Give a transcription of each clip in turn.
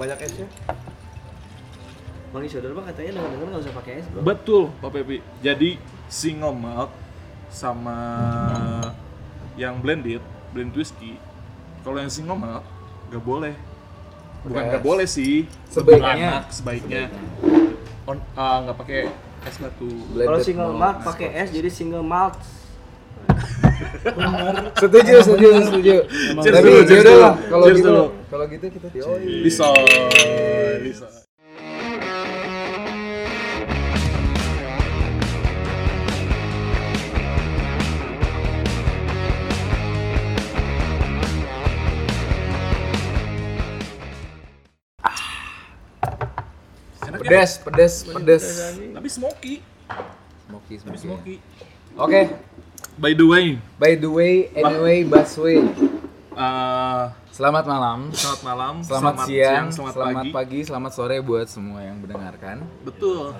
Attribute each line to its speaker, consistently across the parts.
Speaker 1: Banyak esnya.
Speaker 2: Bang Isodol bang katanya dengar-dengar nggak usah pakai es bro.
Speaker 3: Betul, Pak Pepi. Jadi single malt sama yang blended, blend whiskey. Kalau yang single malt nggak boleh. Bukan nggak boleh sih.
Speaker 1: Sebaiknya.
Speaker 3: anak sebaiknya on- ah, nggak pakai es batu.
Speaker 2: Kalau
Speaker 1: Blended
Speaker 2: single
Speaker 1: malt.
Speaker 2: malt pakai es jadi single malt.
Speaker 1: Setuju, setuju, setuju.
Speaker 3: Cheers
Speaker 1: Tapi
Speaker 3: dulu,
Speaker 1: ya
Speaker 3: cheers
Speaker 1: udah
Speaker 3: dulu.
Speaker 1: lah, kalau
Speaker 3: Cheers
Speaker 1: gitu,
Speaker 3: dulu.
Speaker 1: kalau gitu kita yoi.
Speaker 3: Lisa, Lisa. Enak ya?
Speaker 1: Pedes, pedes, pedes.
Speaker 3: Tapi smoky,
Speaker 1: Smoky,
Speaker 3: tapi
Speaker 1: smoky. Oke,
Speaker 3: smoky. By the way,
Speaker 1: by the way, anyway, busway.
Speaker 3: eh,
Speaker 1: Selamat malam.
Speaker 3: selamat malam,
Speaker 1: Selamat, siang,
Speaker 3: selamat,
Speaker 1: selamat pagi.
Speaker 3: pagi.
Speaker 1: selamat sore buat semua yang mendengarkan.
Speaker 3: Betul.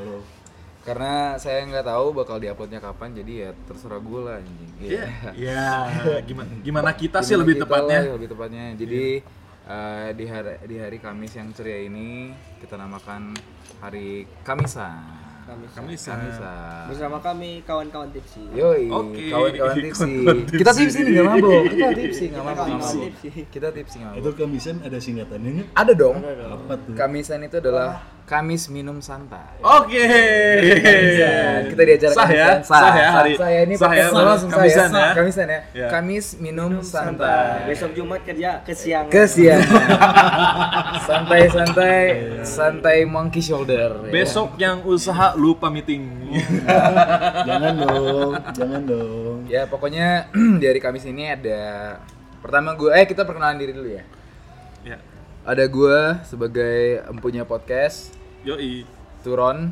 Speaker 1: Karena saya nggak tahu bakal diuploadnya kapan, jadi ya terserah gue lah anjing. Iya.
Speaker 3: Iya. Ya, gimana gimana kita sih
Speaker 1: Gimana
Speaker 3: lebih
Speaker 1: Iya, kita
Speaker 3: tepatnya?
Speaker 1: lah, lebih tepatnya. Jadi eh, di hari di hari Kamis yang ceria ini kita namakan hari Kamisan.
Speaker 2: Kami
Speaker 3: Kami
Speaker 1: Kamisan.
Speaker 2: bersama kami kawan-kawan tipsi.
Speaker 1: Yoi,
Speaker 3: Oke,
Speaker 1: kawan-kawan tipsi.
Speaker 3: kawan-kawan tipsi.
Speaker 1: Kita tipsi nih, nggak mabok. Kita tipsi, nggak mabok. nggak
Speaker 2: Kawan-kawan
Speaker 1: mabok.
Speaker 2: tipsi.
Speaker 1: Kita tipsi nggak
Speaker 4: Nah, Itu
Speaker 1: mabok.
Speaker 4: kamisan ada singkatannya nggak?
Speaker 1: Ada dong.
Speaker 4: Apa tuh?
Speaker 1: Kamisan itu adalah Kamis minum santai.
Speaker 3: Oke.
Speaker 1: Kita kan? di acara
Speaker 3: sah ya,
Speaker 1: Kamisan,
Speaker 3: sah, ya hari.
Speaker 1: Saya ini
Speaker 3: sah
Speaker 1: pakai
Speaker 3: ya,
Speaker 1: sama langsung saya.
Speaker 3: Kamisan ya.
Speaker 1: Kamisan ya.
Speaker 3: Iya.
Speaker 1: Kamis minum santai.
Speaker 2: Besok Jumat kerja kesiangan.
Speaker 1: Kesiangan. Santai-santai, santai monkey shoulder. ya.
Speaker 3: Iya. Besok yang usaha lupa meeting.
Speaker 4: jangan dong, jangan dong.
Speaker 1: Ya pokoknya di hari Kamis ini ada pertama gue eh kita perkenalan diri dulu ya.
Speaker 3: ya.
Speaker 1: Ada gue sebagai empunya podcast
Speaker 3: Yoi.
Speaker 1: Turon.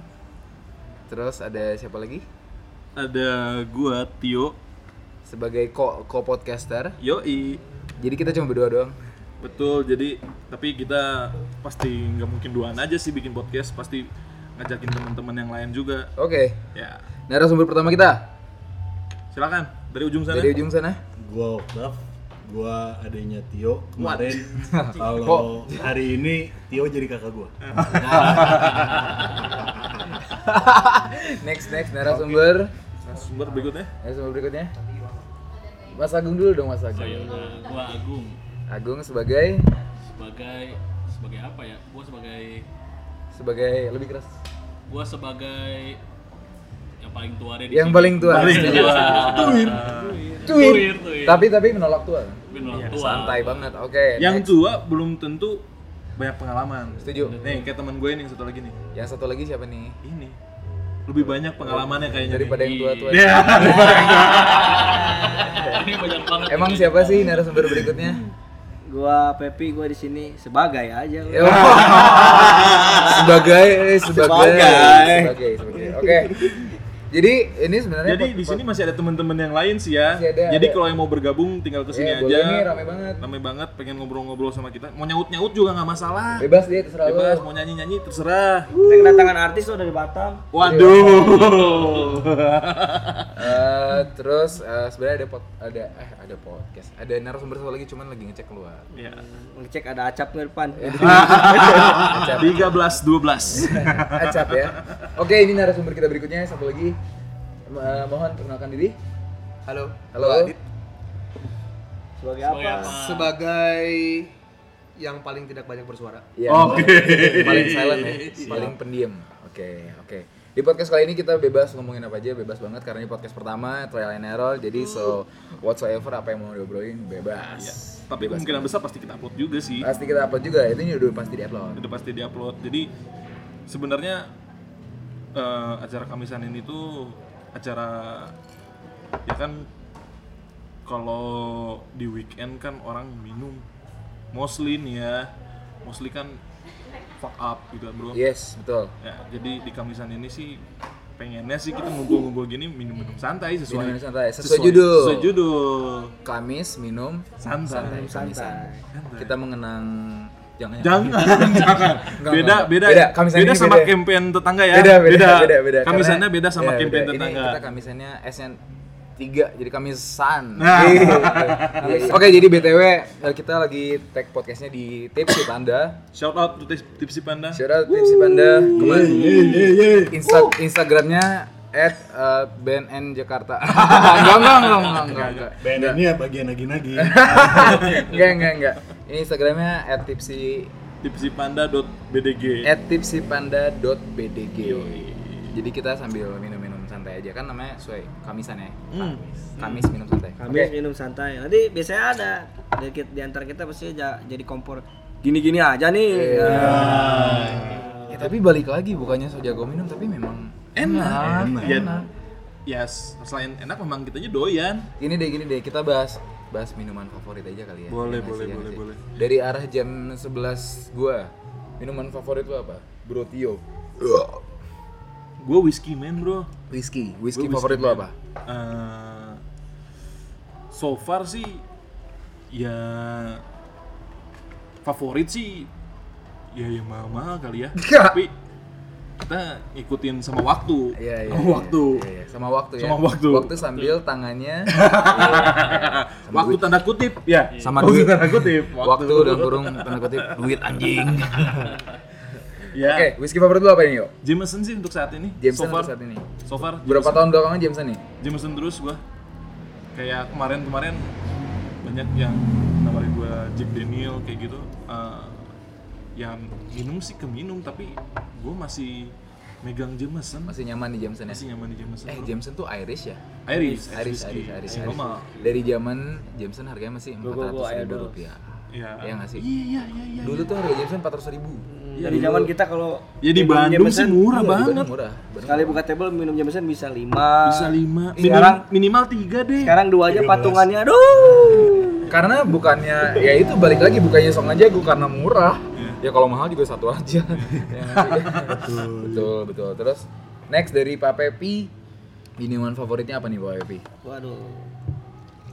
Speaker 1: Terus ada siapa lagi?
Speaker 3: Ada gua Tio.
Speaker 1: Sebagai co co-podcaster.
Speaker 3: Yoi.
Speaker 1: Jadi kita cuma berdua doang.
Speaker 3: Betul. Jadi tapi kita pasti nggak mungkin duaan aja sih bikin podcast, pasti ngajakin teman-teman yang lain juga.
Speaker 1: Oke.
Speaker 3: Ya.
Speaker 1: Narasumber pertama kita
Speaker 3: Silakan dari ujung sana.
Speaker 1: dari ujung sana.
Speaker 4: Gua Octav, gua adanya Tio
Speaker 3: What?
Speaker 4: kemarin. Kalau hari ini Tio jadi kakak gua.
Speaker 1: Next next narasumber.
Speaker 3: Nah, Sumber berikutnya.
Speaker 1: Narasumber berikutnya. Mas Agung dulu dong Mas Agung.
Speaker 5: Saya udah gua Agung
Speaker 1: Agung sebagai
Speaker 5: sebagai sebagai apa ya? Gua sebagai
Speaker 1: sebagai lebih keras.
Speaker 5: gua sebagai yang paling tua deh di
Speaker 1: Yang
Speaker 5: sini.
Speaker 1: paling tua.
Speaker 3: Tuin.
Speaker 5: Tuir, tuir.
Speaker 1: Tapi tapi menolak tua. kan?
Speaker 5: Tapi menurut tua.
Speaker 1: Santai banget. Oke.
Speaker 3: Iya, Yang
Speaker 1: next.
Speaker 3: tua belum tentu banyak pengalaman.
Speaker 1: setuju.
Speaker 3: Nih, kayak teman gue ini yang satu lagi nih.
Speaker 1: Yang satu lagi siapa nih?
Speaker 3: Ini lebih banyak pengalamannya Iya, kayaknya.
Speaker 1: Daripada yang tua-tua.
Speaker 3: Iya.
Speaker 5: Ini banyak banget.
Speaker 1: Emang
Speaker 5: ini.
Speaker 1: siapa sih narasumber berikutnya?
Speaker 2: Gua Pepi, gua di sini sebagai aja.
Speaker 1: Yo. sebagai eh, sebagai
Speaker 3: Sebagai.
Speaker 1: sebagai sebagai. Oke. Jadi ini sebenarnya
Speaker 3: Jadi
Speaker 1: pod-
Speaker 3: di sini
Speaker 1: pod-
Speaker 3: masih ada teman-teman yang lain sih ya.
Speaker 1: Masih ada,
Speaker 3: Jadi
Speaker 1: ada.
Speaker 3: kalau yang mau bergabung tinggal ke sini
Speaker 1: Iya,
Speaker 3: aja.
Speaker 1: boleh nih, rame banget.
Speaker 3: Rame banget, pengen ngobrol-ngobrol sama kita. Mau nyaut-nyaut juga nggak masalah.
Speaker 1: bebas Iya. dia terserah lu.
Speaker 3: Bebas, mau nyanyi-nyanyi terserah.
Speaker 2: Kita kedatangan artis tuh dari Batam.
Speaker 3: Waduh.
Speaker 1: Eh, terus eh, sebenarnya ada pod, ada eh ada podcast. Ada narasumber satu lagi cuman lagi ngecek keluar.
Speaker 2: Ya.
Speaker 3: Iya.
Speaker 2: Ngecek ada acap nggak di depan.
Speaker 1: Ya.
Speaker 3: 13 12.
Speaker 1: Acap ya. Oke, ini narasumber kita berikutnya satu lagi. Eh, mohon perkenalkan diri. Halo. Halo.
Speaker 2: Sebagai
Speaker 5: Sebagai
Speaker 2: apa?
Speaker 5: apa?
Speaker 6: sebagai yang paling tidak banyak bersuara.
Speaker 1: Iya.
Speaker 3: Oke.
Speaker 1: Paling silent ya, paling pendiam. Oke, oke. Di podcast kali ini kita bebas ngomongin apa aja, bebas banget karena ini podcast pertama, trial and error. Jadi so whatsoever apa yang mau diobrolin bebas.
Speaker 3: Iya. Tapi kemungkinan besar pasti kita upload juga sih.
Speaker 1: Pasti kita upload juga, itu ini udah pasti di-upload.
Speaker 3: udah pasti diupload jadi sebenarnya eh, acara kamisan ini tuh acara ya kan kalau di weekend kan orang minum mostly nih ya mostly kan fuck up gitu kan, bro
Speaker 1: Yes, betul.
Speaker 3: ya, jadi di kamisan ini sih pengennya sih kita ngumpul-ngumpul gini minum-minum santai sesuai
Speaker 1: Minum-minum santai, sesuai judul.
Speaker 3: sesuai judul
Speaker 1: Kamis minum
Speaker 3: santai,
Speaker 1: kamisan.
Speaker 3: Santai.
Speaker 1: Kita mengenang jangan. ya.
Speaker 3: Jangan, ya. jangan.
Speaker 1: Enggak,
Speaker 3: Beda,
Speaker 1: enggak.
Speaker 3: beda,
Speaker 1: Beda,
Speaker 3: beda,
Speaker 1: Kamisan ini
Speaker 3: sama
Speaker 1: beda.
Speaker 3: campaign tetangga ya.
Speaker 1: Beda, beda, beda, beda.
Speaker 3: Kamisannya
Speaker 1: Karena-
Speaker 3: beda sama
Speaker 1: iya,
Speaker 3: campaign
Speaker 1: beda. Ini
Speaker 3: tetangga.
Speaker 1: kita kamisannya esnya tiga jadi kami san
Speaker 3: Nah.
Speaker 1: Iya. oke jadi btw eh, kita lagi tag podcastnya di tipsi panda
Speaker 3: Shout out to Tips- Tipsy Panda.
Speaker 1: shout out tipsi panda kemarin
Speaker 4: Yeay, yeay, yeay.
Speaker 1: Insta instagramnya at eh, BNN Jakarta enggak enggak enggak enggak enggak enggak
Speaker 4: BNN ini ya bagian nagi-nagi.
Speaker 1: enggak enggak enggak ini instagramnya at tipsi
Speaker 3: tipsypanda.bdg.
Speaker 1: at tipsypanda.bdg jadi kita sambil minum-minum santai aja kan namanya sesuai kamisan ya kamis kamis minum santai
Speaker 2: Kami minum santai. Nanti biasanya ada di, kit- di antara kita pasti ja- jadi kompor. Gini-gini aja nih.
Speaker 1: Iya. Ya, tapi balik lagi bukannya so jago minum tapi memang
Speaker 3: Enak.
Speaker 1: enak,
Speaker 3: Ya,
Speaker 1: enak.
Speaker 3: Yes, selain enak memang kitanya doyan.
Speaker 1: Gini deh gini deh kita bahas bahas minuman favorit aja kali ya. Ya
Speaker 3: Boleh,
Speaker 1: nggak sih,
Speaker 3: boleh,
Speaker 1: ya
Speaker 3: boleh,
Speaker 1: nggak
Speaker 3: boleh.
Speaker 1: sih? Dari arah jam 11 gua minuman favorit lu apa? Brotio.
Speaker 3: Gue whiskey man bro.
Speaker 1: Whisky, whisky
Speaker 3: Gua
Speaker 1: favorit lu
Speaker 3: man.
Speaker 1: apa?
Speaker 3: Eh, so far sih ya favorit sih ya yang mahal-mahal kali ya. Tapi kita ngikutin sama waktu.
Speaker 1: Iya, iya.
Speaker 3: Sama
Speaker 1: iya,
Speaker 3: waktu.
Speaker 1: iya, iya. Sama waktu ya.
Speaker 3: Sama waktu.
Speaker 1: Waktu sambil tangannya Sama
Speaker 3: waktu
Speaker 1: duit. Iya.
Speaker 3: tanda kutip ya.
Speaker 1: Sama
Speaker 3: waktu
Speaker 1: duit.
Speaker 3: tanda kutip.
Speaker 1: waktu dalam kurung tanda kutip duit anjing.
Speaker 3: Ya.
Speaker 1: Oke, whisky favorit lu apa ini, yo?
Speaker 3: Jameson sih untuk saat ini.
Speaker 1: Jameson
Speaker 3: so far,
Speaker 1: untuk saat ini.
Speaker 3: So far
Speaker 1: Berapa tahun belakangan Jameson nih?
Speaker 3: Jameson terus gua kayak kemarin-kemarin banyak yang nawarin gua Jack Daniel kayak gitu Eh, yang minum sih keminum tapi gua masih megang Jameson masih,
Speaker 1: Masih nyaman di Jameson ya?
Speaker 3: nyaman di Jameson
Speaker 1: Eh,
Speaker 3: bro.
Speaker 1: Jameson tuh Irish ya?
Speaker 3: Irish Eh,
Speaker 1: Aris,
Speaker 3: whiskey.
Speaker 1: Aris, Aris,
Speaker 3: Yang
Speaker 1: Aris.
Speaker 3: normal.
Speaker 1: Dari zaman Jameson harganya masih
Speaker 2: Go,
Speaker 1: empat
Speaker 2: go, go,
Speaker 1: ratus ribu
Speaker 2: Idol.
Speaker 1: rupiah.
Speaker 3: Iya.
Speaker 1: Iya nggak sih?
Speaker 3: Iya iya iya iya.
Speaker 1: Dulu tuh harga Jameson empat ratus ribu.
Speaker 2: Jadi zaman kita kalau
Speaker 3: Ya di
Speaker 2: minum
Speaker 3: Bandung sih
Speaker 2: Jameson,
Speaker 3: murah
Speaker 1: Iya, Bandung
Speaker 3: banget.
Speaker 1: murah. Bandung
Speaker 2: Sekali
Speaker 1: murah.
Speaker 2: buka table minum Jameson bisa lima.
Speaker 3: Bisa lima.
Speaker 2: Sekarang
Speaker 3: Minim- minimal tiga deh.
Speaker 2: sekarang dua aja
Speaker 1: Iya,
Speaker 4: 13.
Speaker 2: patungannya. Aduh.
Speaker 1: Karena bukannya ya itu balik lagi bukannya song aja gue karena murah. Ya kalau mahal juga satu aja. Ya nggak sih? betul betul. Terus next dari Pak Pepi minuman favoritnya apa nih Pak Pepi?
Speaker 2: Waduh.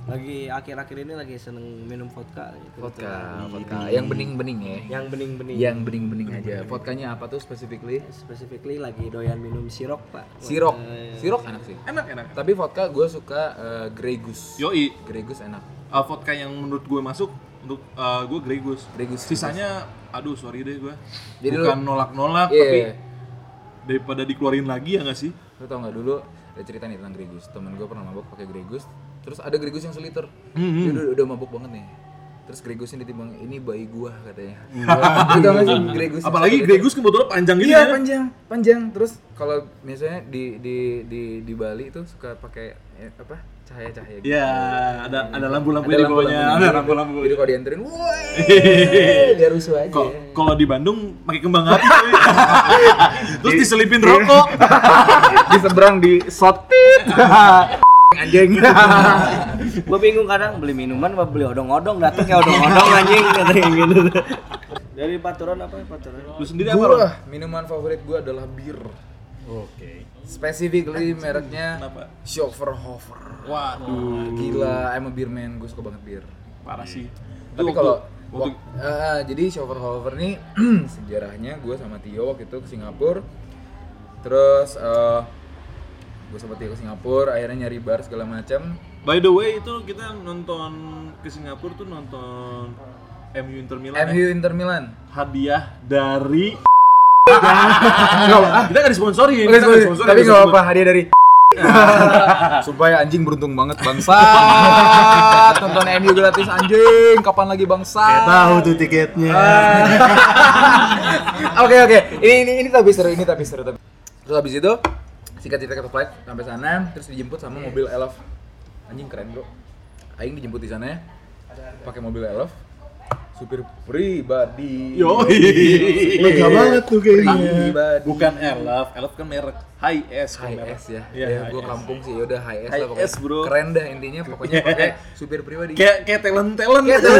Speaker 2: Lagi akhir-akhir ini lagi seneng minum vodka. gitu.
Speaker 1: Vodka, vodka yang bening-bening ya.
Speaker 2: Yang bening-bening.
Speaker 1: Yang bening-bening aja. Vodkanya apa tuh specifically?
Speaker 2: Specifically lagi doyan minum sirok pak.
Speaker 1: Sirok.
Speaker 2: Wah,
Speaker 1: Sirok enak sih.
Speaker 3: Enak enak.
Speaker 1: Tapi vodka gue suka eh, Grey Goose.
Speaker 3: Yoi.
Speaker 1: Grey Goose enak.
Speaker 3: uh, vodka yang menurut gue masuk untuk uh, gue Grey Goose.
Speaker 1: Grey Goose.
Speaker 3: Sisanya aduh sorry deh gue.
Speaker 1: Jadi
Speaker 3: Bukan
Speaker 1: lu-
Speaker 3: nolak-nolak
Speaker 1: Iya.
Speaker 3: tapi daripada dikeluarin lagi ya nggak sih?
Speaker 1: Lu tau nggak dulu ada cerita nih tentang Grey Goose. Temen gue pernah mabok pakai Grey Goose. Terus ada Grey Goose yang seliter.
Speaker 3: Hmm,
Speaker 1: Dia udah, udah mabok banget nih. Terus Grey Goose ini ditimbang ini bayi gua katanya. Lu tau nggak sih Grey Goose? yang
Speaker 3: Hmm. Apalagi
Speaker 1: seliter?
Speaker 3: Grey Goose kebetulan panjang gitu
Speaker 1: Iya
Speaker 3: ya.
Speaker 1: panjang, panjang. Terus kalau misalnya di di di di Bali itu suka pakai eh, apa? Cahaya-cahaya gitu.
Speaker 3: Iya, ada ada lampu-lampu
Speaker 1: Ada
Speaker 3: di
Speaker 1: lampu-lampu
Speaker 3: bawahnya.
Speaker 1: di
Speaker 3: Ada
Speaker 1: bawah.
Speaker 3: lampu-lampu.
Speaker 1: Jadi kalau dianterin, woi, biar rusuh aja.
Speaker 3: Kok kalau di Bandung pakai kembang api cuy. Terus
Speaker 1: Iya.
Speaker 3: diselipin rokok.
Speaker 1: di seberang di sotit anjing
Speaker 2: Gue bingung kadang beli minuman apa beli odong-odong datang kayak odong-odong anjing katanya gitu. Dari paturan apa ya paturan?
Speaker 3: Lu sendiri apa? Ron?
Speaker 1: gua minuman favorit gua adalah bir
Speaker 4: Oke.
Speaker 1: specifically mereknya
Speaker 3: Kenapa?
Speaker 1: Schofferhofer Ah,
Speaker 3: Waduh,
Speaker 1: gila I'm a beer man gua suka banget bir
Speaker 3: parah sih. Itu
Speaker 1: tapi
Speaker 3: waktu-
Speaker 1: kalau
Speaker 3: waktu
Speaker 1: wak- eh, jadi Schofferhofer nih sejarahnya gua sama Tio waktu itu ke Singapura terus eh gue sama Tio ke Singapura akhirnya nyari bar segala macam
Speaker 3: By the way itu kita nonton ke Singapura tuh nonton MU Inter Milan. ya.
Speaker 1: MU Inter Milan
Speaker 3: Hadiah dari kita nggak disponsorin,
Speaker 1: Oke,
Speaker 3: kita nggak
Speaker 1: sorry.
Speaker 3: disponsorin,
Speaker 1: tapi
Speaker 3: nggak
Speaker 1: nggak apa
Speaker 3: disponsorin.
Speaker 1: hadiah dari ya, supaya anjing beruntung banget bangsa tonton MU gratis anjing kapan lagi bangsa
Speaker 4: Kayak tahu tuh tiketnya.
Speaker 1: Ah, oke oke ini ini ini tapi seru ini tapi seru tapi terus habis itu sikat cerita ke flight sampai sana terus dijemput sama mobil Elf anjing keren bro Aing dijemput di sana ya pakai mobil Elf supir pribadi
Speaker 3: Yoi.
Speaker 1: iya.
Speaker 4: Lega banget tuh kayaknya.
Speaker 1: pribadi
Speaker 3: Bukan Elf, Elf kan merek High S
Speaker 1: High
Speaker 3: kan merek.
Speaker 1: S ya,
Speaker 3: Iya,
Speaker 1: ya,
Speaker 3: high
Speaker 1: gue
Speaker 3: S.
Speaker 1: kampung sih, yaudah high S
Speaker 3: High
Speaker 1: lah pokoknya
Speaker 3: S, bro.
Speaker 1: Keren dah intinya, pokoknya pakai supir pribadi
Speaker 3: Kayak kayak talent talent.
Speaker 1: Kayak tuh,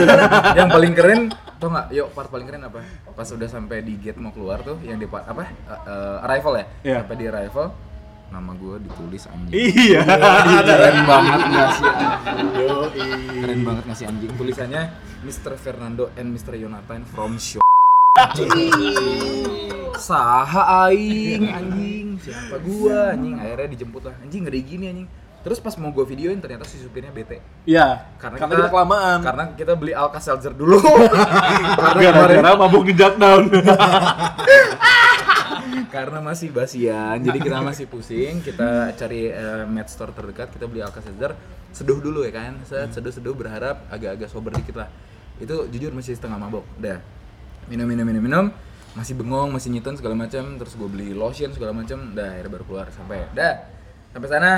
Speaker 1: Yang paling keren, tau gak, yuk part paling keren apa? Pas udah sampai di gate mau keluar tuh, yang di part, apa? Eh, eh, arrival ya?
Speaker 3: Iya.
Speaker 1: Sampai di arrival, nama gue ditulis anjing
Speaker 3: Iya.
Speaker 1: Keren banget gak sih anjing?
Speaker 4: Yoi.
Speaker 1: Keren banget gak sih anjing? Tulisannya Mr. Fernando and Mr. Yonatan from show Saha aing anjing siapa gua anjing akhirnya dijemput lah anjing ngeri gini anjing Terus pas mau gue videoin ternyata si supirnya bete.
Speaker 3: Iya,
Speaker 1: Karena,
Speaker 3: karena, kita, kelamaan.
Speaker 1: Karena kita beli Alka-Seltzer dulu. karena kemarin
Speaker 3: gara-gara mabuk di down.
Speaker 1: karena masih basian, jadi kita masih pusing. Kita cari eh, med store terdekat, kita beli Alka-Seltzer, seduh dulu ya kan.
Speaker 3: Hmm.
Speaker 1: Set, seduh-seduh berharap agak-agak sober dikit lah. Itu jujur masih setengah mabok. Udah. Minum minum minum minum masih bengong, masih nyiton segala macam, terus gue beli lotion segala macam, dah akhirnya baru keluar sampai, dah sampai sana.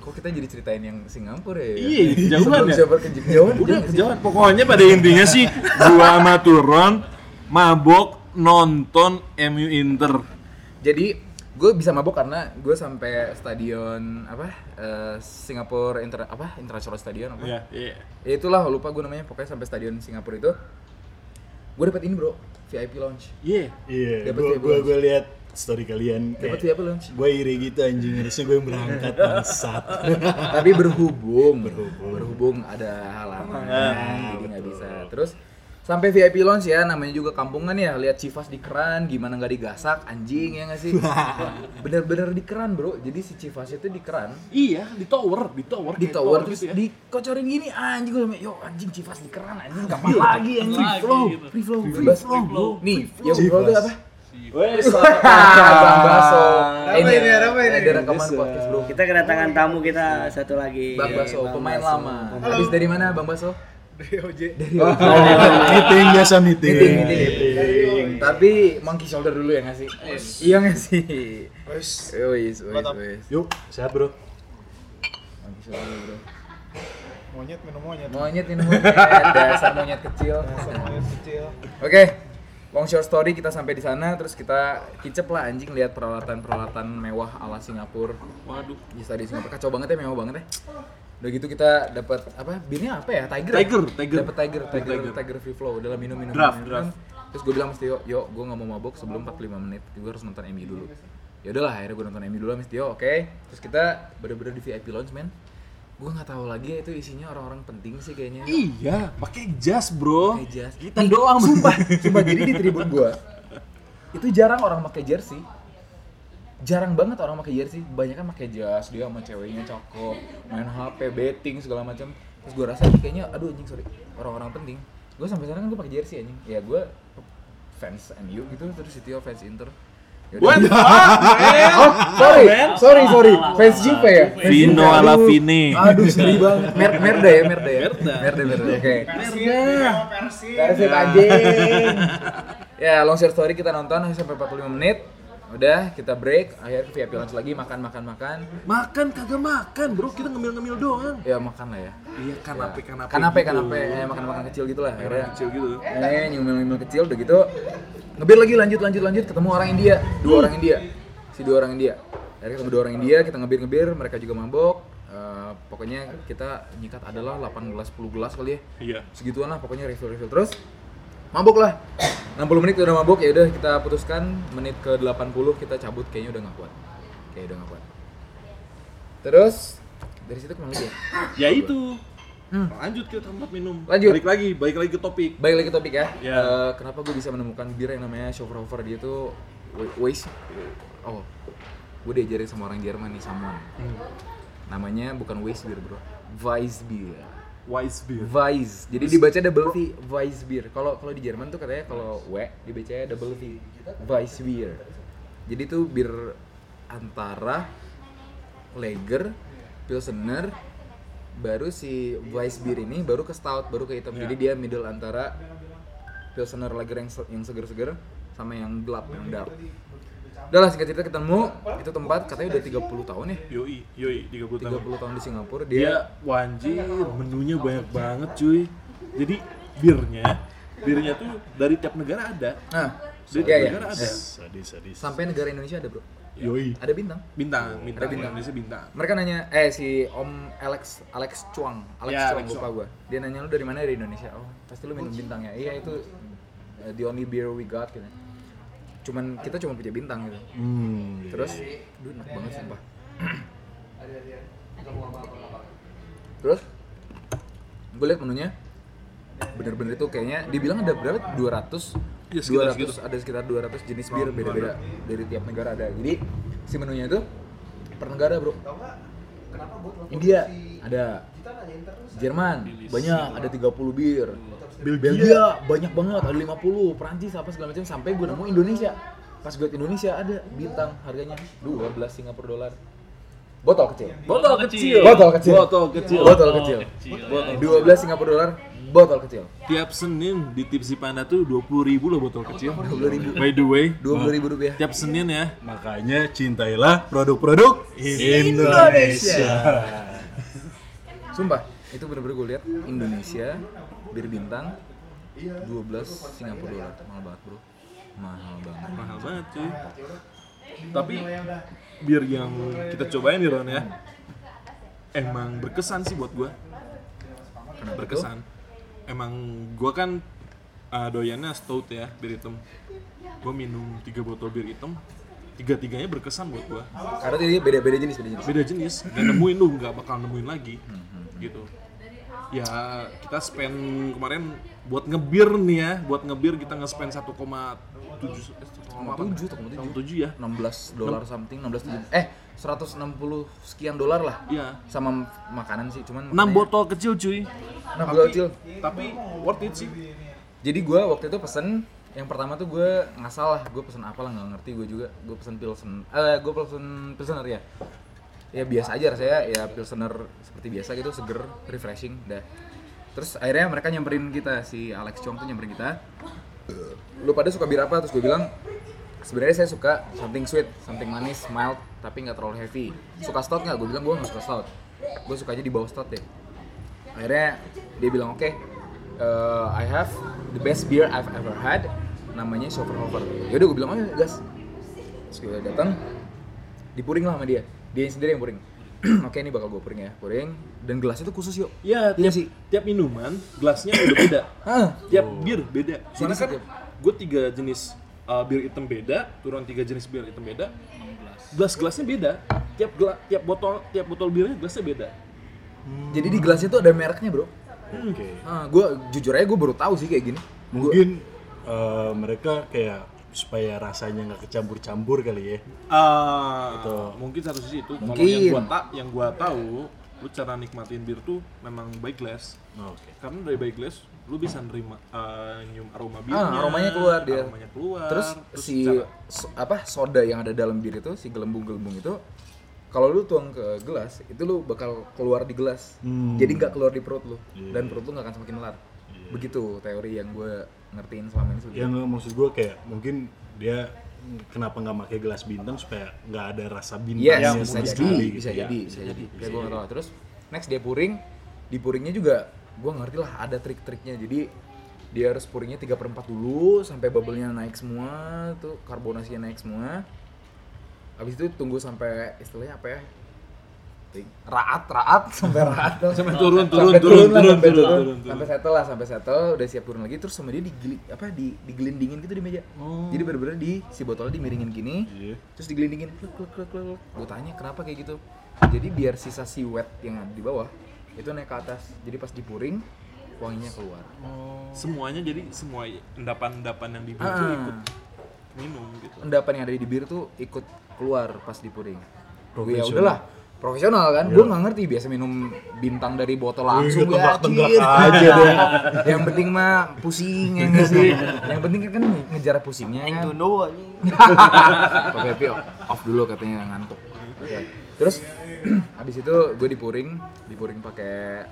Speaker 1: Kok kita jadi ceritain yang Singapura ya?
Speaker 3: Iya, kejauhan
Speaker 1: Sebelum
Speaker 3: ya?
Speaker 1: siapa ke- kejauhan,
Speaker 3: Udah
Speaker 1: kejauhan sih.
Speaker 3: kejauhan. Pokoknya pada intinya sih gua sama Turon mabok nonton MU Inter.
Speaker 1: Jadi gue bisa mabok karena gue sampai stadion apa eh, Singapura Inter apa International Stadion apa?
Speaker 3: Iya, iya.
Speaker 1: Ya itulah lupa gue namanya pokoknya sampai stadion Singapura itu gue dapat ini bro VIP lounge.
Speaker 3: Iya.
Speaker 4: Iya,
Speaker 1: Dapat
Speaker 4: gua
Speaker 1: tiap
Speaker 4: gua
Speaker 1: bulan.
Speaker 4: gua lihat story kalian.
Speaker 1: Dapat
Speaker 4: kayak,
Speaker 1: tiap bulan.
Speaker 4: Gua iri gitu anjing, harusnya gua yang berangkat bangsat.
Speaker 1: Tapi berhubung
Speaker 4: Berhubung. Iya.
Speaker 1: berhubung ada halangan jadi nggak
Speaker 4: betul.
Speaker 1: bisa. Terus sampai VIP lounge ya namanya juga kampungan ya lihat Civas di keran gimana nggak digasak anjing ya nggak sih bener-bener di keran bro jadi si Civas itu di keran
Speaker 3: Iya, di tower, di tower.
Speaker 1: di
Speaker 3: kayak
Speaker 1: tower terus
Speaker 3: gitu ya.
Speaker 1: dikocorin gini anjing gue yo anjing Civas di keran anjing kapan Iya, lagi anjing
Speaker 5: Free flow,
Speaker 1: free flow free flow bro. nih yang ngobrol tuh
Speaker 4: Civas.
Speaker 1: apa
Speaker 3: Wes,
Speaker 1: Bang Baso
Speaker 6: Apa ini, apa ini?
Speaker 1: ada rekaman podcast bro
Speaker 2: Kita kedatangan tamu kita satu lagi.
Speaker 1: Iya, Bang Baso pemain lama
Speaker 2: Pemain-
Speaker 1: habis dari mana Bang Baso
Speaker 6: Dari Oh, OJ.
Speaker 4: meeting biasa meeting. Iya.
Speaker 1: Meeting, meeting. tapi monkey shoulder dulu ya nggak sih iya nggak sih
Speaker 6: Wes.
Speaker 1: wis wis
Speaker 6: Mantap.
Speaker 1: wis
Speaker 4: Yuk, sehat bro.
Speaker 1: monkey shoulder bro
Speaker 6: Monyet minum monyet.
Speaker 1: monyet ini monyet dasar monyet kecil
Speaker 6: Monyet kecil.
Speaker 1: Oke, long short story kita sampai di sana terus kita kicep lah anjing lihat peralatan-peralatan mewah ala Singapura.
Speaker 5: Waduh.
Speaker 1: Di stadion Singapura kacau banget ya, mewah banget ya. Udah gitu kita dapat apa? Birnya apa ya? Tiger. ya?
Speaker 3: Tiger, Tiger.
Speaker 1: Dapat Tiger, Tiger,
Speaker 3: Tiger.
Speaker 1: Tiger, free flow. Udah lah, minum minum.
Speaker 3: Draft,
Speaker 1: minum,
Speaker 3: draft.
Speaker 1: minum. Terus gue bilang mesti yo, yo gue nggak mau mabok sebelum 45 menit. Gue harus nonton MU dulu. Ya udahlah, akhirnya gue nonton MU dulu mesti yo, oke. Terus kita bener-bener di VIP lounge, men. Gue nggak tahu lagi itu isinya orang-orang penting sih kayaknya.
Speaker 3: Iya, pakai jas, Bro.
Speaker 1: Pakai jas. Gitu.
Speaker 3: Kita doang,
Speaker 1: Sumpah, sumpah jadi di tribun gua itu jarang orang pakai jersey. Jarang banget orang pakai jersey, kebanyakan pakai jas, dia sama ceweknya cakep, main HP, betting segala macam. Terus gua rasa kayaknya aduh anjing sorry, orang-orang penting. Gua sampai sana kan gua pakai jersey anjing. Ya gua fans MU gitu terus Sitio fans Inter. Yaudah.
Speaker 3: What the fuck,
Speaker 1: Oh, sorry, sorry, sorry. Fans Juve ya. Fans Juve.
Speaker 3: Vino ala
Speaker 1: Aduh,
Speaker 3: Vini.
Speaker 1: Aduh, sedih banget. Mer merda ya, merda ya. Merda, merda. Oke. Persib anjing. ya, long short story kita nonton sampai 45 menit. Udah, kita break. Akhirnya ke VIP lunch lagi makan makan makan.
Speaker 3: Makan kagak makan, Bro. Kita ngemil-ngemil doang.
Speaker 1: Ya makan lah ya.
Speaker 3: Iya, kanape kanape. gitu.
Speaker 1: Kanape kanape eh, makan makan kecil gitu lah. Akhirnya
Speaker 3: kecil gitu.
Speaker 1: eh nyemil-nyemil kecil udah gitu. Ngebir lagi lanjut lanjut lanjut ketemu orang India, dua orang India. Si dua orang India. Akhirnya ketemu dua orang India, kita ngebir-ngebir, mereka juga mabok. Eh, pokoknya kita nyikat adalah 18 10 gelas kali ya.
Speaker 3: Iya.
Speaker 1: segituan lah pokoknya refill refill terus mabok lah 60 menit udah mabok ya udah kita putuskan menit ke 80 kita cabut kayaknya udah nggak kuat kayak udah nggak kuat terus dari situ kemana lagi ya
Speaker 3: Ya itu. Lanjut ke tempat minum.
Speaker 1: Lanjut.
Speaker 3: Balik lagi, balik lagi ke topik.
Speaker 1: balik lagi ke topik ya
Speaker 3: Ya.
Speaker 1: Eh, kenapa gue bisa menemukan bir yang namanya Schofferhofer dia tuh wa- waste oh gue diajarin sama orang Jerman nih someone namanya bukan waste beer bro Weiss beer
Speaker 3: Wise beer.
Speaker 1: Weiss. Jadi dibaca double V, Weiss Beer. Kalau kalau di Jerman tuh katanya kalau W dibacanya double V, Weiss Beer. Jadi tuh bir antara Lager, Pilsener, baru si Weiss Beer ini baru ke stout, baru ke hitam. Jadi dia middle antara Pilsener Lager yang se- yang seger-seger sama yang gelap, yang dark. Udah lah singkat cerita ketemu, itu tempat katanya udah 30 tahun ya.
Speaker 3: Yoi, yoi, 30 tahun.
Speaker 1: 30 tahun di Singapura dia
Speaker 3: Dia Iya, wanjir, menunya banyak banget cuy. Jadi birnya, birnya tuh dari tiap negara ada.
Speaker 1: Nah,
Speaker 3: Dari
Speaker 1: iya,
Speaker 3: tiap
Speaker 1: iya.
Speaker 3: negara ada.
Speaker 4: Sadis, sadis.
Speaker 1: sampai negara Indonesia ada, Bro.
Speaker 4: Yoi.
Speaker 1: Ada bintang.
Speaker 3: Bintang, bintang,
Speaker 1: bintang.
Speaker 3: Indonesia bintang.
Speaker 1: Mereka nanya, eh si Om Alex Alex Chuang, Alex
Speaker 3: Ya,
Speaker 1: Chuang
Speaker 3: Alex
Speaker 1: lupa
Speaker 3: Chuang.
Speaker 1: gue. Dia nanya lu dari mana dari Indonesia. Oh, pasti lu minum bintang ya. Iya itu uh, the only beer we got gitu. Cuman kita cuma punya bintang gitu.
Speaker 4: Hmm.
Speaker 1: Terus, aduh enak banget sumpah. Terus, gue liat menunya, bener-bener itu kayaknya dibilang ada berapa? 200
Speaker 3: Ya, sekitar
Speaker 1: 200 ada Iya, sekitar 200 jenis bir beda-beda dari tiap negara ada. Jadi si menunya itu per negara, Bro.
Speaker 6: Kenapa gue telepon
Speaker 1: India
Speaker 6: si
Speaker 1: ada
Speaker 6: Gita nanyain terus?
Speaker 1: Jerman banyak ada 30 bir Belgia banyak banget ada 50 Perancis apa segala macam sampai gue nemu Indonesia pas gue ke Indonesia ada bintang harganya 12 Singapura dolar botol kecil
Speaker 5: Botol kecil.
Speaker 1: botol kecil
Speaker 3: Botol kecil.
Speaker 1: botol kecil
Speaker 5: Botol
Speaker 1: 12 Singapura dolar botol kecil
Speaker 3: Tiap Senin di Tipsi Panda tuh 20.000 ribu loh botol kecil.
Speaker 1: 20.000.
Speaker 3: By the way,
Speaker 1: 20 ribu rupiah
Speaker 3: tiap Senin ya.
Speaker 4: Makanya cintailah produk-produk Indonesia.
Speaker 1: sumpah itu bener-bener gue lihat Indonesia bir bintang 12 Singapura dolar mahal banget bro mahal banget
Speaker 3: Mahal banget cuy. Tapi bir yang kita cobain nih Ron ya. Emang berkesan sih buat gua.
Speaker 1: Kenapa tuh?
Speaker 3: Berkesan. Emang gua kan uh, doyannya stout ya, bir hitam. Gua minum 3 botol bir hitam. Tiga-tiganya berkesan buat gua.
Speaker 1: karena ini beda-beda jenis beda jenis
Speaker 3: beda jenis dan nemuin lu nggak bakal nemuin lagi gitu ya kita spend kemarin buat ngebir nih ya buat ngebir kita nge-spend 1,7 eh, 1,8.
Speaker 1: 1,7.
Speaker 3: 1,7 ya
Speaker 1: 16 dolar something 16 tujuh- eh 160 sekian dolar lah
Speaker 3: Iya.
Speaker 1: sama m- makanan sih cuman
Speaker 3: 6 botol kecil cuy
Speaker 1: 6 botol kecil
Speaker 3: tapi worth it sih Iya,
Speaker 1: jadi gue waktu itu pesen yang pertama tuh gue ngasal lah gue pesen apa lah nggak ngerti gue juga gue pesen pilsen eh gue pesen pilsener ya ya biasa aja rasanya ya pilsener seperti biasa gitu seger refreshing dah terus akhirnya mereka nyamperin kita si Alex Chong tuh nyamperin kita lu pada suka bir apa terus gue bilang sebenarnya saya suka something sweet something manis mild tapi nggak terlalu heavy suka stout nggak gue bilang gue nggak suka stout gue sukanya di bawah stout deh akhirnya dia bilang oke eh, I have the best beer I've ever had namanya Schopenhauer yaudah gue bilang oh ya gas terus gue datang dipuring lah sama dia dia sendiri yang puring oke ini bakal gue puring ya puring dan gelasnya tuh khusus yuk
Speaker 3: ya
Speaker 1: Iya
Speaker 3: tiap,
Speaker 1: sih.
Speaker 3: tiap minuman gelasnya udah beda
Speaker 1: ah
Speaker 3: tiap bir beda soalnya kan
Speaker 1: setiap-
Speaker 3: gue tiga jenis uh, bir hitam beda turun tiga jenis bir hitam beda gelas gelasnya beda tiap gela, tiap botol tiap botol birnya gelasnya beda
Speaker 1: jadi di gelasnya tuh ada mereknya bro
Speaker 4: Oke.
Speaker 1: ah gue jujur aja gue baru tahu sih kayak gini
Speaker 4: Mungkin eh, mereka kayak supaya rasanya nggak kecampur-campur kali ya.
Speaker 3: Ah,
Speaker 4: Gitu.
Speaker 3: mungkin satu sisi itu. Kalau
Speaker 1: Mungkin.
Speaker 3: yang gua tak, yang gua tahu, lu cara nikmatin bir tuh memang by glass.
Speaker 4: Oke.
Speaker 3: Karena dari by glass, lu bisa nerima eh, nyium aroma birnya.
Speaker 1: Ah, aromanya keluar dia.
Speaker 3: Aromanya keluar.
Speaker 1: terus si
Speaker 3: cara-
Speaker 1: so- apa soda yang ada dalam bir itu si gelembung-gelembung itu kalau lu tuang ke gelas itu lu bakal keluar di gelas
Speaker 4: Hmm.
Speaker 1: jadi nggak keluar di perut lu
Speaker 3: Iya.
Speaker 1: dan perut lu nggak akan semakin melar begitu teori yang gue ngertiin selama ini sebegitu.
Speaker 4: Yang maksud gue kayak mungkin dia kenapa nggak pakai gelas bintang supaya nggak ada rasa
Speaker 1: Yes,
Speaker 4: bintangnya
Speaker 1: Iya, bisa
Speaker 4: sama
Speaker 1: jadi,
Speaker 4: sekali
Speaker 1: bisa
Speaker 4: gitu ya.
Speaker 1: jadi, bisa jadi. Kayak gue nggak tahu. Terus next dia puring, di puringnya juga gue ngerti lah ada trik-triknya. Jadi dia harus puringnya 3 per 4 dulu sampai bubble-nya naik semua, tuh karbonasinya naik semua. Habis itu tunggu sampai istilahnya apa ya? Raat, raat, sampai raat.
Speaker 3: Sampai turun, turun,
Speaker 1: sampai
Speaker 3: turun,
Speaker 1: lah,
Speaker 3: turun,
Speaker 1: sampai
Speaker 3: turun,
Speaker 1: turun,
Speaker 3: turun, turun.
Speaker 1: sampai settle lah, sampai settle, udah siap turun lagi terus sama dia digili, apa di digelindingin gitu di meja.
Speaker 3: Oh.
Speaker 1: Jadi bener-bener di si botolnya dimiringin gini,
Speaker 3: Iya.
Speaker 1: terus digelindingin, kluk kluk kluk kluk. kluk. Gua tanya kenapa kayak gitu. Jadi biar sisa si wet yang ada di bawah itu naik ke atas. Jadi pas dipuring wanginya keluar.
Speaker 3: semuanya jadi semua endapan-endapan yang di bir tuh
Speaker 1: Ah.
Speaker 3: ikut minum gitu.
Speaker 1: Endapan yang ada di bir tuh ikut keluar pas dipuring. Gue ya
Speaker 4: Profesional. Iya.
Speaker 1: udahlah, profesional kan. Gue nggak ngerti biasa minum bintang dari botol langsung
Speaker 4: Ih, ketenggak-tenggak
Speaker 1: anjir.
Speaker 4: Iya, aja deh.
Speaker 1: yang penting mah pusing ya nggak sih yang penting kan ngejar pusingnya
Speaker 2: Yang
Speaker 1: kan
Speaker 2: dulu anjing.
Speaker 1: Pak Pepi off dulu katanya ngantuk Ya. terus habis itu gue dipuring dipuring pakai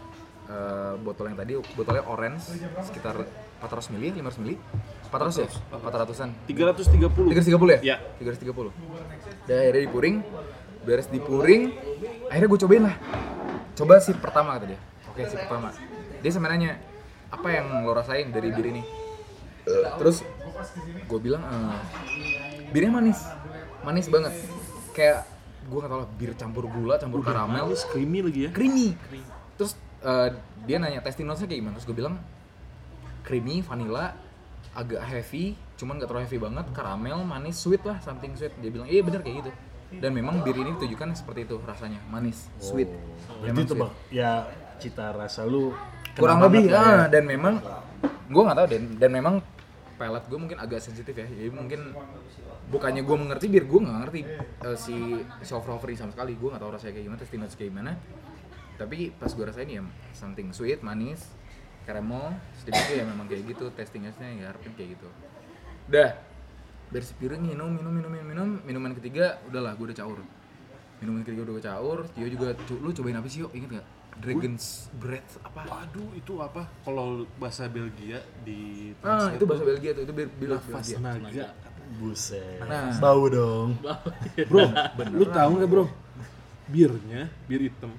Speaker 1: eh, botol yang tadi botolnya orange sekitar 400 mili 500 mili 400 ya 400an
Speaker 3: 330.
Speaker 1: 330 ya?
Speaker 3: Iya.
Speaker 1: 330. Dan akhirnya dipuring, beres dipuring, akhirnya gue cobain lah. Coba sip pertama kata dia. Oke, sip pertama. Dia sama nanya, apa yang lo rasain dari bir ini? Terus gue bilang, "Eh, birnya manis, manis banget. Kayak gue nggak tahu lah, bir campur gula, campur karamel,
Speaker 3: Manis creamy lagi ya.
Speaker 1: Iya. creamy. Terus eh, dia nanya testing notes-nya kayak gimana? Terus gue bilang creamy, vanilla, agak heavy, cuman gak terlalu heavy banget, karamel, manis, sweet lah, something sweet. Dia bilang, iya bener kayak gitu. Dan memang bir ini ditujukan seperti itu rasanya, manis, sweet.
Speaker 4: Oh. Berarti
Speaker 1: Memang
Speaker 4: itu
Speaker 1: sweet.
Speaker 4: bak- ya cita rasa lu kena
Speaker 1: Kurang
Speaker 4: banget
Speaker 1: lebih,
Speaker 4: lah ya.
Speaker 1: ah, dan memang gue nggak tahu dan dan memang pelet gue mungkin agak sensitif ya jadi mungkin bukannya gue mengerti biar gue nggak ngerti eh, si si overhofer ini sama sekali gue nggak tahu rasanya kayak gimana testinus kayak gimana tapi pas gue rasain ya something sweet manis caramel sedikit tuh ya memang kayak gitu testinusnya ya harapnya kayak gitu dah bersih piring minum minum minum minum minum minuman ketiga udahlah gue udah caur minuman ketiga udah gue caur Tio juga "Cu, lu cobain apa sih yuk inget gak Dragon's Breath apa
Speaker 3: Waduh, itu apa? Kalau bahasa Belgia di
Speaker 1: Ah, itu bahasa Belgia tuh, itu bir- bir-
Speaker 3: Nafas
Speaker 1: Belgia.
Speaker 3: naga.
Speaker 4: Buset.
Speaker 1: Nah.
Speaker 4: Bau dong.
Speaker 3: Bro, lu tahu nggak bro? Birnya, bir hitam.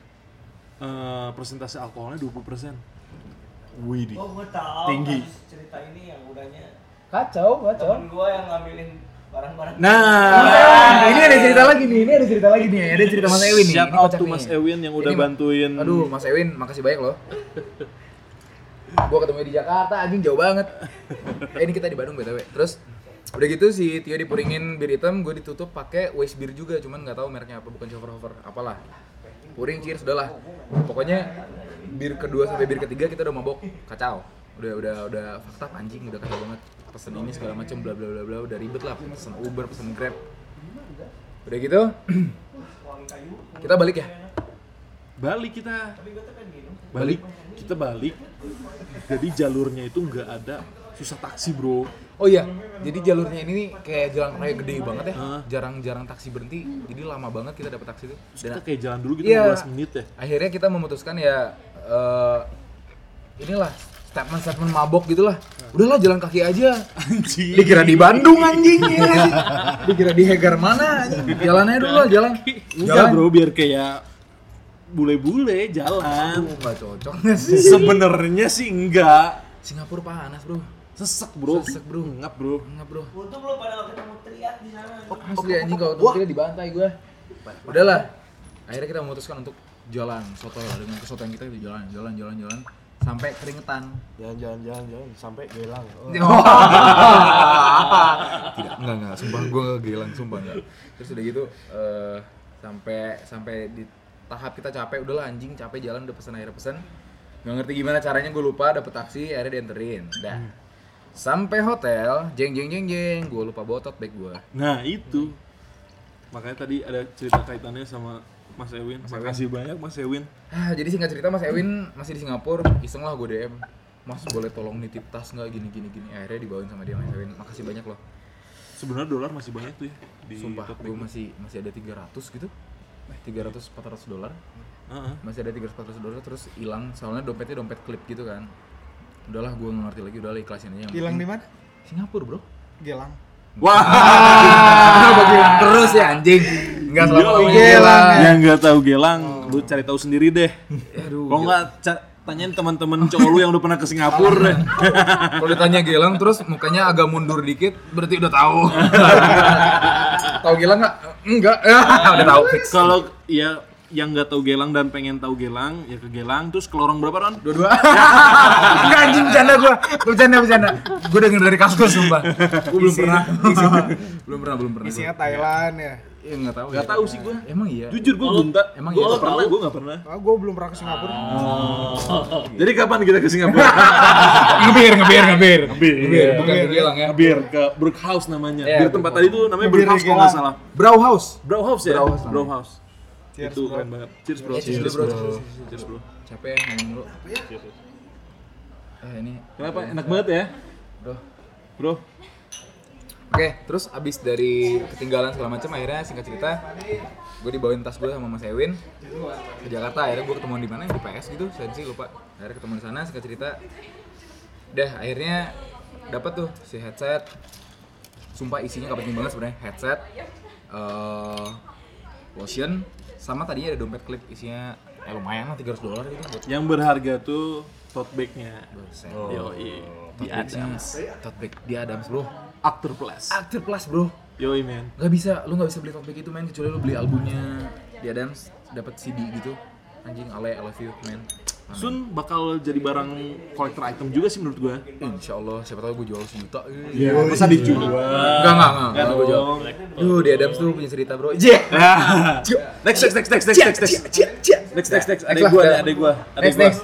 Speaker 3: eh, persentase alkoholnya 20%.
Speaker 4: Widih.
Speaker 2: Oh, gue tahu.
Speaker 4: Tinggi.
Speaker 2: kasus Cerita ini yang udahnya
Speaker 1: Kacau, kacau.
Speaker 2: temen gue yang ngambilin barang-barang.
Speaker 1: Nah, ini ada cerita lagi nih, ini ada cerita lagi nih, ada cerita Mas Ewin nih.
Speaker 3: Shout
Speaker 1: ini
Speaker 3: out
Speaker 1: kocak
Speaker 3: to
Speaker 1: nih.
Speaker 3: Mas Ewin yang udah
Speaker 1: Ini,
Speaker 3: bantuin.
Speaker 1: Aduh, Mas Ewin, makasih banyak loh. gua ketemu di Jakarta, anjing jauh banget. Eh, ini kita di Bandung BTW. Terus udah gitu si Tio dipuringin bir hitam, gue ditutup pakai waste beer juga, cuman nggak tahu mereknya apa, bukan Hover apalah. Puring cheers udahlah. Pokoknya bir kedua sampai bir ketiga kita udah mabok, kacau. Udah udah udah fakta anjing udah kacau banget. Pesen ini segala macam bla bla bla bla udah ribet lah, pesen Uber, pesen Grab. Udah gitu kita balik ya.
Speaker 3: Balik kita. Balik, kita balik. Jadi jalurnya itu nggak ada susah taksi bro.
Speaker 1: Oh iya, jadi jalurnya ini nih kayak jalan raya gede banget ya.
Speaker 3: Hah?
Speaker 1: Jarang-jarang taksi berhenti, jadi lama banget kita dapet taksi itu.
Speaker 3: Terus kita
Speaker 1: Dan
Speaker 3: kayak jalan dulu gitu
Speaker 1: Iya.
Speaker 3: 15 menit ya.
Speaker 1: akhirnya kita memutuskan ya eh, inilah statement-statement mabok gitulah. Udahlah jalan kaki aja.
Speaker 3: Anjing.
Speaker 1: Dikira di Bandung anjing ya. nggak sih? Dikira di Hegar mana anjing. Jalannya dulu lah, jalan.
Speaker 3: Enggak bro, biar kayak bule-bule jalan.
Speaker 1: Aduh, nggak cocok.
Speaker 3: Sebenarnya sih enggak.
Speaker 1: Singapura panas, Bro.
Speaker 3: Sesek bro.
Speaker 1: Sesek, bro.
Speaker 3: Ngap bro.
Speaker 1: Enggak, Bro. Oh,
Speaker 2: Untung lo pada waktu ketemu teriak di sana.
Speaker 1: Asli anjing kalau tuh kira dibantai gue. Udahlah. Akhirnya kita memutuskan untuk jalan soto lah dengan kesotoan kita itu jalan jalan jalan jalan sampai keringetan.
Speaker 4: Jangan jangan jangan jangan sampai gelang. Oh.
Speaker 1: Tidak, enggak enggak, sumpah gue enggak gelang, sumpah enggak. Terus udah gitu eh, sampai sampai di tahap kita capek udahlah anjing capek jalan udah pesan akhirnya pesan nggak ngerti gimana caranya gue lupa dapet taksi akhirnya dianterin dah sampai hotel jeng jeng jeng jeng gue lupa botot bag gue
Speaker 3: Nah itu. Makanya tadi ada cerita kaitannya sama Mas Ewin. Makasih banyak Mas Ewin.
Speaker 1: Ah, jadi singkat cerita Mas Ewin masih di Singapura, iseng lah gue DM. Mas boleh tolong nitip tas nggak gini gini gini. Akhirnya dibawain sama dia Mas Ewin. Makasih banyak loh.
Speaker 3: Sebenarnya dolar masih banyak tuh ya di
Speaker 1: Sumpah,
Speaker 3: tote bag.
Speaker 1: gue masih masih ada 300 gitu. 300 400 dolar.
Speaker 3: Heeh.
Speaker 1: Masih ada 300 400 dolar terus hilang. Soalnya dompetnya dompet klip gitu kan. Udahlah gue nggak ngerti lagi, udahlah ikhlasin aja.
Speaker 6: Hilang di mana?
Speaker 1: Singapura, Bro.
Speaker 6: Gelang.
Speaker 3: Wah,
Speaker 1: Kenapa bilang terus ya anjing? Enggak selama
Speaker 6: Gelang, ya.
Speaker 3: yang nggak tahu gelang, lu cari tahu sendiri deh.
Speaker 1: Aduh.
Speaker 3: Kalau nggak ca- tanyain teman-teman cowok lu yang udah pernah ke Singapura.
Speaker 1: Kalau ditanya Gilang terus mukanya agak mundur dikit, berarti udah tahu. tahu Gilang nggak? Enggak. udah tahu fix.
Speaker 3: Kalau ya yang nggak tahu gelang dan pengen tahu gelang, ya ke gelang terus ke lorong berapa Ron?
Speaker 1: Dua-dua. Enggak anjing bercanda gua. Bercanda bercanda. Gua denger dari kaskus sumpah. Gua belum pernah. belum pernah, belum pernah.
Speaker 6: Isinya Thailand ya.
Speaker 1: Ya enggak tahu.
Speaker 3: Nggak
Speaker 1: ya.
Speaker 3: tahu sih gua.
Speaker 1: Emang iya.
Speaker 3: Jujur gue bunta.
Speaker 1: Emang
Speaker 3: gue
Speaker 1: iya?
Speaker 3: nggak pernah, gue nggak pernah. Oh.
Speaker 6: Ah, gue belum pernah ke Singapura.
Speaker 3: Jadi kapan kita ke Singapura?
Speaker 1: Ngebir, ngebir, ngebir. Ngebir, Iya, bukan ke Gilang ya.
Speaker 3: bir ke Brookhouse namanya.
Speaker 1: Iya,
Speaker 3: bir tempat tadi itu namanya
Speaker 6: Bir
Speaker 3: Brookhouse kalau nggak
Speaker 6: Gelang.
Speaker 3: salah.
Speaker 1: Brow House.
Speaker 3: Brauhaus ya?
Speaker 1: Brauhaus namanya.
Speaker 3: Brauhaus.
Speaker 6: Cheers,
Speaker 3: itu
Speaker 6: bro.
Speaker 3: keren banget. Cheers bro.
Speaker 1: Eh, cheers,
Speaker 3: Cheers
Speaker 1: bro.
Speaker 3: bro. Cheers, bro.
Speaker 1: Capek ya ngomong dulu. Eh ini,
Speaker 3: Kenapa? Enak banget ya,
Speaker 1: bro.
Speaker 3: bro.
Speaker 1: Oke, terus abis dari ketinggalan segala macam akhirnya singkat cerita gue dibawain tas gue sama Mas Ewin ke Jakarta akhirnya gue ketemuan di mana di PS gitu sensi lupa akhirnya ketemuan di sana singkat cerita dah akhirnya dapat tuh si headset sumpah isinya gak penting banget sebenarnya headset eh, lotion sama tadinya ada dompet klip isinya eh, lumayan lah 300 dolar gitu buat
Speaker 3: Yang berharga tuh tote bag-nya. Oh,
Speaker 1: set
Speaker 3: Yoi.
Speaker 1: Oh, di Adams tote bag di Adams bro
Speaker 3: Actor Plus.
Speaker 1: Actor Plus bro
Speaker 3: Yoi man.
Speaker 1: Gak bisa, lu gak bisa beli topik itu men kecuali lu beli albumnya di Adams dapat CD gitu. Anjing Ale I love you men.
Speaker 3: Sun bakal jadi barang collector item juga sih menurut gua.
Speaker 1: Insya Allah, siapa tahu gue jual sejuta. eh.
Speaker 3: Iya, masa dijual?
Speaker 1: Enggak, enggak, enggak.
Speaker 3: Enggak
Speaker 1: Enggak gue jual.
Speaker 3: dong.
Speaker 1: Duh, di Adams tuh punya cerita, Bro. Jeh.
Speaker 3: Next, next, next, next, next, next, next, next, next, next, adek gua, nih, adek gua, adek
Speaker 1: Next,
Speaker 3: gua.
Speaker 1: next.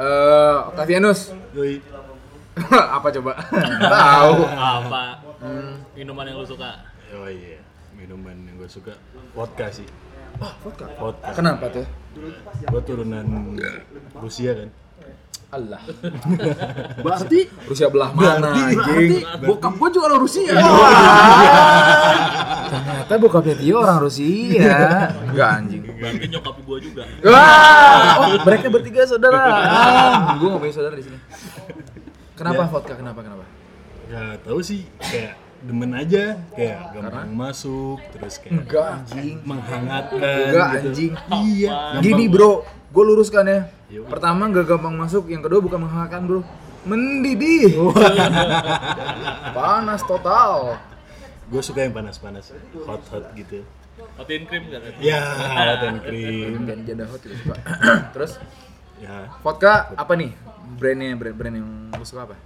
Speaker 1: Eh, Octavianus.
Speaker 4: Yoi.
Speaker 1: apa coba? Tahu.
Speaker 5: Apa
Speaker 1: Hmm.
Speaker 5: minuman yang lu suka?
Speaker 4: Oh iya, minuman yang gue suka vodka sih.
Speaker 1: Vodka.
Speaker 4: Vodka.
Speaker 1: Kenapa tuh?
Speaker 4: Gue turunan Rusia kan.
Speaker 1: Allah.
Speaker 4: Berarti
Speaker 1: Rusia belah mana?
Speaker 4: Berarti-
Speaker 1: anjing?
Speaker 4: berarti-
Speaker 1: Bokap gua juga orang Rusia. Ternyata bokapnya dia orang Rusia. Enggak anjing.
Speaker 5: Berarti nyokap gua juga.
Speaker 1: Wah, oh, mereka bertiga saudara. Ah, gue nggak punya saudara di sini. Kenapa vodka? Kenapa? Kenapa?
Speaker 4: Gak Ya, tahu sih kayak demen aja kayak gampang masuk terus kayak
Speaker 1: Enggak anjing.
Speaker 4: menghangatkan
Speaker 1: Hmm. Enggak
Speaker 4: gitu.
Speaker 1: anjing.
Speaker 4: Iya.
Speaker 1: Gini bro, gue luruskan ya.
Speaker 4: Iya, bro.
Speaker 1: Pertama nggak gampang masuk, yang kedua bukan menghangatkan bro, mendidih. Panas total.
Speaker 4: Gue suka yang panas-panas, hot-hot gitu.
Speaker 5: Protein cream kan?
Speaker 4: Ya, hot and cream.
Speaker 1: Dan janda hot juga gitu suka. Terus
Speaker 4: Ya,
Speaker 1: vodka apa nih? Brandnya brand brand yang lu suka apa?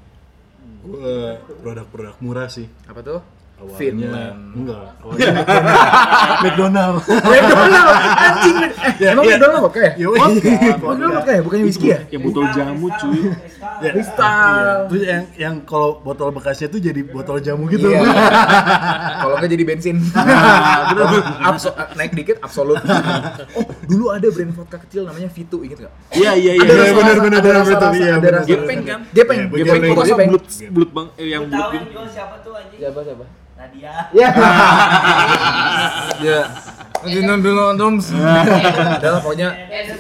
Speaker 4: gue produk-produk murah sih.
Speaker 1: Apa tuh?
Speaker 4: Awalnya
Speaker 1: Finland.
Speaker 4: enggak. Awalnya McDonald.
Speaker 1: McDonald Ya, anjing. Eh,
Speaker 4: Ya,
Speaker 1: emang
Speaker 4: iya.
Speaker 1: McDonald vodka ya?
Speaker 4: Yo,
Speaker 1: McDonald vodka ya, bukannya whiskey ya?
Speaker 3: Yang botol jamu cuy.
Speaker 4: Ya,
Speaker 1: Kristal.
Speaker 4: iya. Terus yang yang kalau botol bekasnya tuh jadi botol jamu gitu.
Speaker 1: Iya. Kalau nggak jadi bensin. Abso- naik dikit absolut. Ah, Oh, dulu ada brand vodka kecil namanya Vito, inget nggak?
Speaker 3: Iya iya
Speaker 1: Ada
Speaker 4: Iya,
Speaker 1: rasa-
Speaker 4: benar,
Speaker 1: rasa-
Speaker 4: benar,
Speaker 1: ada
Speaker 4: benar,
Speaker 1: rasa-
Speaker 4: betul,
Speaker 1: rasa-
Speaker 4: iya,
Speaker 1: ada
Speaker 4: benar,
Speaker 1: rasa-
Speaker 4: benar.
Speaker 1: Gepeng kan? Gepeng,
Speaker 4: Iya,
Speaker 1: gepeng,
Speaker 4: gepeng.
Speaker 1: pokoknya
Speaker 4: Pokoknya
Speaker 1: gepeng.
Speaker 3: Blut blut bang eh yang blut
Speaker 2: Tahu
Speaker 3: ini.
Speaker 2: gua siapa tuh anjing?
Speaker 1: Siapa siapa?
Speaker 2: Nadia.
Speaker 1: Ya. Ya. Jinun dulu Toms. Adalah pokoknya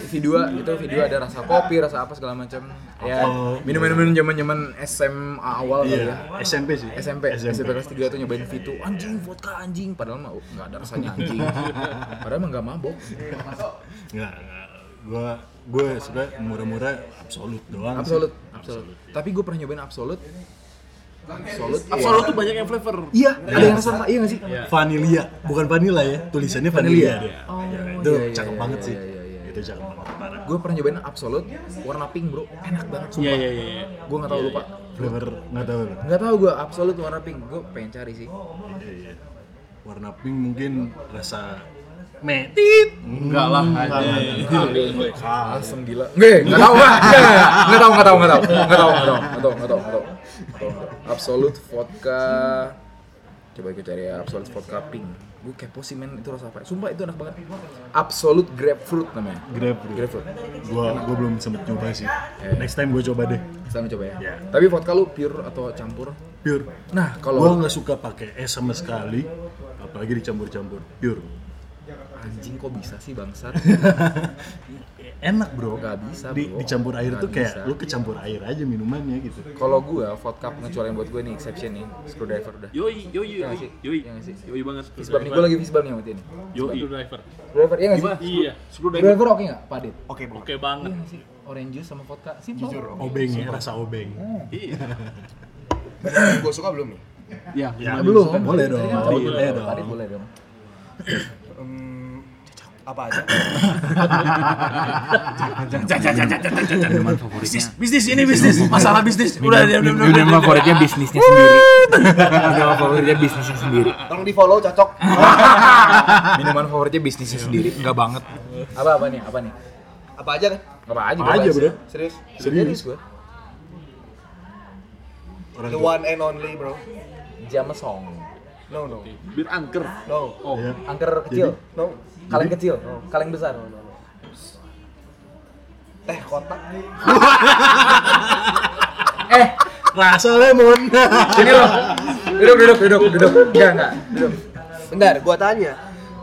Speaker 1: video itu video ada rasa kopi, rasa apa segala macam. Ya,
Speaker 4: Apel.
Speaker 1: minum-minum zaman-zaman SMA awal kali ya.
Speaker 4: Iya, SMP sih.
Speaker 1: SMP, SMP, kelas 3 tuh nyobain Vito Anjing, vodka anjing Padahal mah oh, nggak ada rasanya anjing Padahal mah nggak mabok
Speaker 4: Enggak, enggak. Gua gue suka murah-murah absolut doang. sih.
Speaker 1: Absolut, absolut Tapi gue pernah nyobain Absolut Absolut
Speaker 3: Absolut tuh banyak yang flavor.
Speaker 1: Iya, ada yang rasa sama, iya nggak sih?
Speaker 4: Vanilla, bukan vanilla ya. Tulisannya vanilla, dia.
Speaker 1: Oh,
Speaker 4: Ya,
Speaker 1: iya,
Speaker 4: itu
Speaker 1: iya,
Speaker 4: cakep
Speaker 1: iya,
Speaker 4: banget
Speaker 1: iya,
Speaker 4: sih.
Speaker 1: iya, iya, iya.
Speaker 4: Itu cakep banget parah.
Speaker 1: Gue pernah nyobain Absolut warna pink bro Enak banget sumpah
Speaker 3: Iya iya iya. iya.
Speaker 1: Gue nggak tahu lupa
Speaker 4: Flavor enggak tahu. Bang.
Speaker 1: Nggak tahu gue Absolut warna pink Gue pengen cari sih
Speaker 4: Iya, iya. Warna pink mungkin rasa
Speaker 3: Enggak lah. anjing.
Speaker 1: Asem gila Nggak, nggak tahu nggak, nggak, nggak, nggak tahu, nggak tahu, nggak tahu Nggak tahu, nggak tahu, nggak tahu, nggak tahu, nggak tahu, nggak tahu, nggak tahu. Absolut vodka Coba gue cari ya, Absolut vodka pink Gue kepo sih men, itu rasa apa Sumpah itu enak banget Absolut grapefruit namanya
Speaker 4: grapefruit.
Speaker 1: Grapefruit
Speaker 4: Gua gua belum sempet nyoba sih.
Speaker 1: Eh.
Speaker 4: Next time gua coba deh.
Speaker 1: Sekarang coba ya
Speaker 4: Iya.
Speaker 1: Tapi vodka lu pure atau campur?
Speaker 4: Pure.
Speaker 1: Nah,
Speaker 4: Gua
Speaker 1: kalau
Speaker 4: nggak suka pakai es sama sekali, apalagi dicampur-campur. Pure.
Speaker 1: anjing kok bisa sih bangsat
Speaker 4: Enak, Bro.
Speaker 1: Nggak bisa,
Speaker 4: Di-
Speaker 1: Bro.
Speaker 4: dicampur air
Speaker 1: Nggak
Speaker 4: tuh kayak
Speaker 1: bisa.
Speaker 4: lu kecampur air aja minumannya gitu.
Speaker 1: Kalau gua vodka pengecualian buat gue nih exception nih Screwdriver udah
Speaker 3: Yoi
Speaker 1: Yang
Speaker 3: yoi yoi
Speaker 1: sih?
Speaker 3: yoi
Speaker 1: Yang sih?
Speaker 3: yoi banget.
Speaker 1: Fishball nih, gue lagi fishball nih sama dia nih
Speaker 3: Yoi.
Speaker 5: Screwdriver.
Speaker 1: Screwdriver iya nggak sih?
Speaker 5: Iya.
Speaker 3: Screwdriver.
Speaker 1: Screwdriver oke nggak? Padit
Speaker 4: Oke, Bro.
Speaker 5: Oke banget.
Speaker 1: Iya sih, orange juice sama vodka simple.
Speaker 4: Obeng ya, rasa obeng.
Speaker 3: Iya.
Speaker 6: Gue suka belum nih?
Speaker 3: Ya,
Speaker 4: Ya,
Speaker 1: Nah,
Speaker 3: gimana?
Speaker 4: belum. Boleh dong.
Speaker 1: Tadi kan
Speaker 4: Boleh,
Speaker 1: cowok
Speaker 4: dong.
Speaker 1: Tadi Iya, boleh dong.
Speaker 6: apa aja?
Speaker 3: Minuman favoritnya. Bisnis ini bisnis, masalah bisnis. Udah, udah, udah, udah.
Speaker 1: favoritnya bisnisnya sendiri. Minuman favoritnya bisnisnya sendiri.
Speaker 6: Tolong di follow cocok.
Speaker 1: Minuman favoritnya bisnisnya sendiri. Enggak banget. Apa apa nih? Apa nih?
Speaker 6: Apa aja kan?
Speaker 1: Apa aja?
Speaker 4: Apa aja, bro?
Speaker 6: Serius?
Speaker 1: Serius gue.
Speaker 4: Orang
Speaker 6: The
Speaker 4: tua.
Speaker 6: one and only bro.
Speaker 1: Jamesong.
Speaker 6: No no
Speaker 3: Bir angker.
Speaker 6: no
Speaker 3: Oh,
Speaker 1: Iya.
Speaker 4: Ya.
Speaker 1: Angker kecil.
Speaker 6: no.
Speaker 1: Kaleng kecil. Kaleng besar.
Speaker 6: Teh kotak.
Speaker 1: Eh,
Speaker 4: Rasa lemon.
Speaker 1: sini lo. Duduk, duduk, duduk, duduk. Enggak, enggak. Duduk.
Speaker 6: Bentar, gua tanya.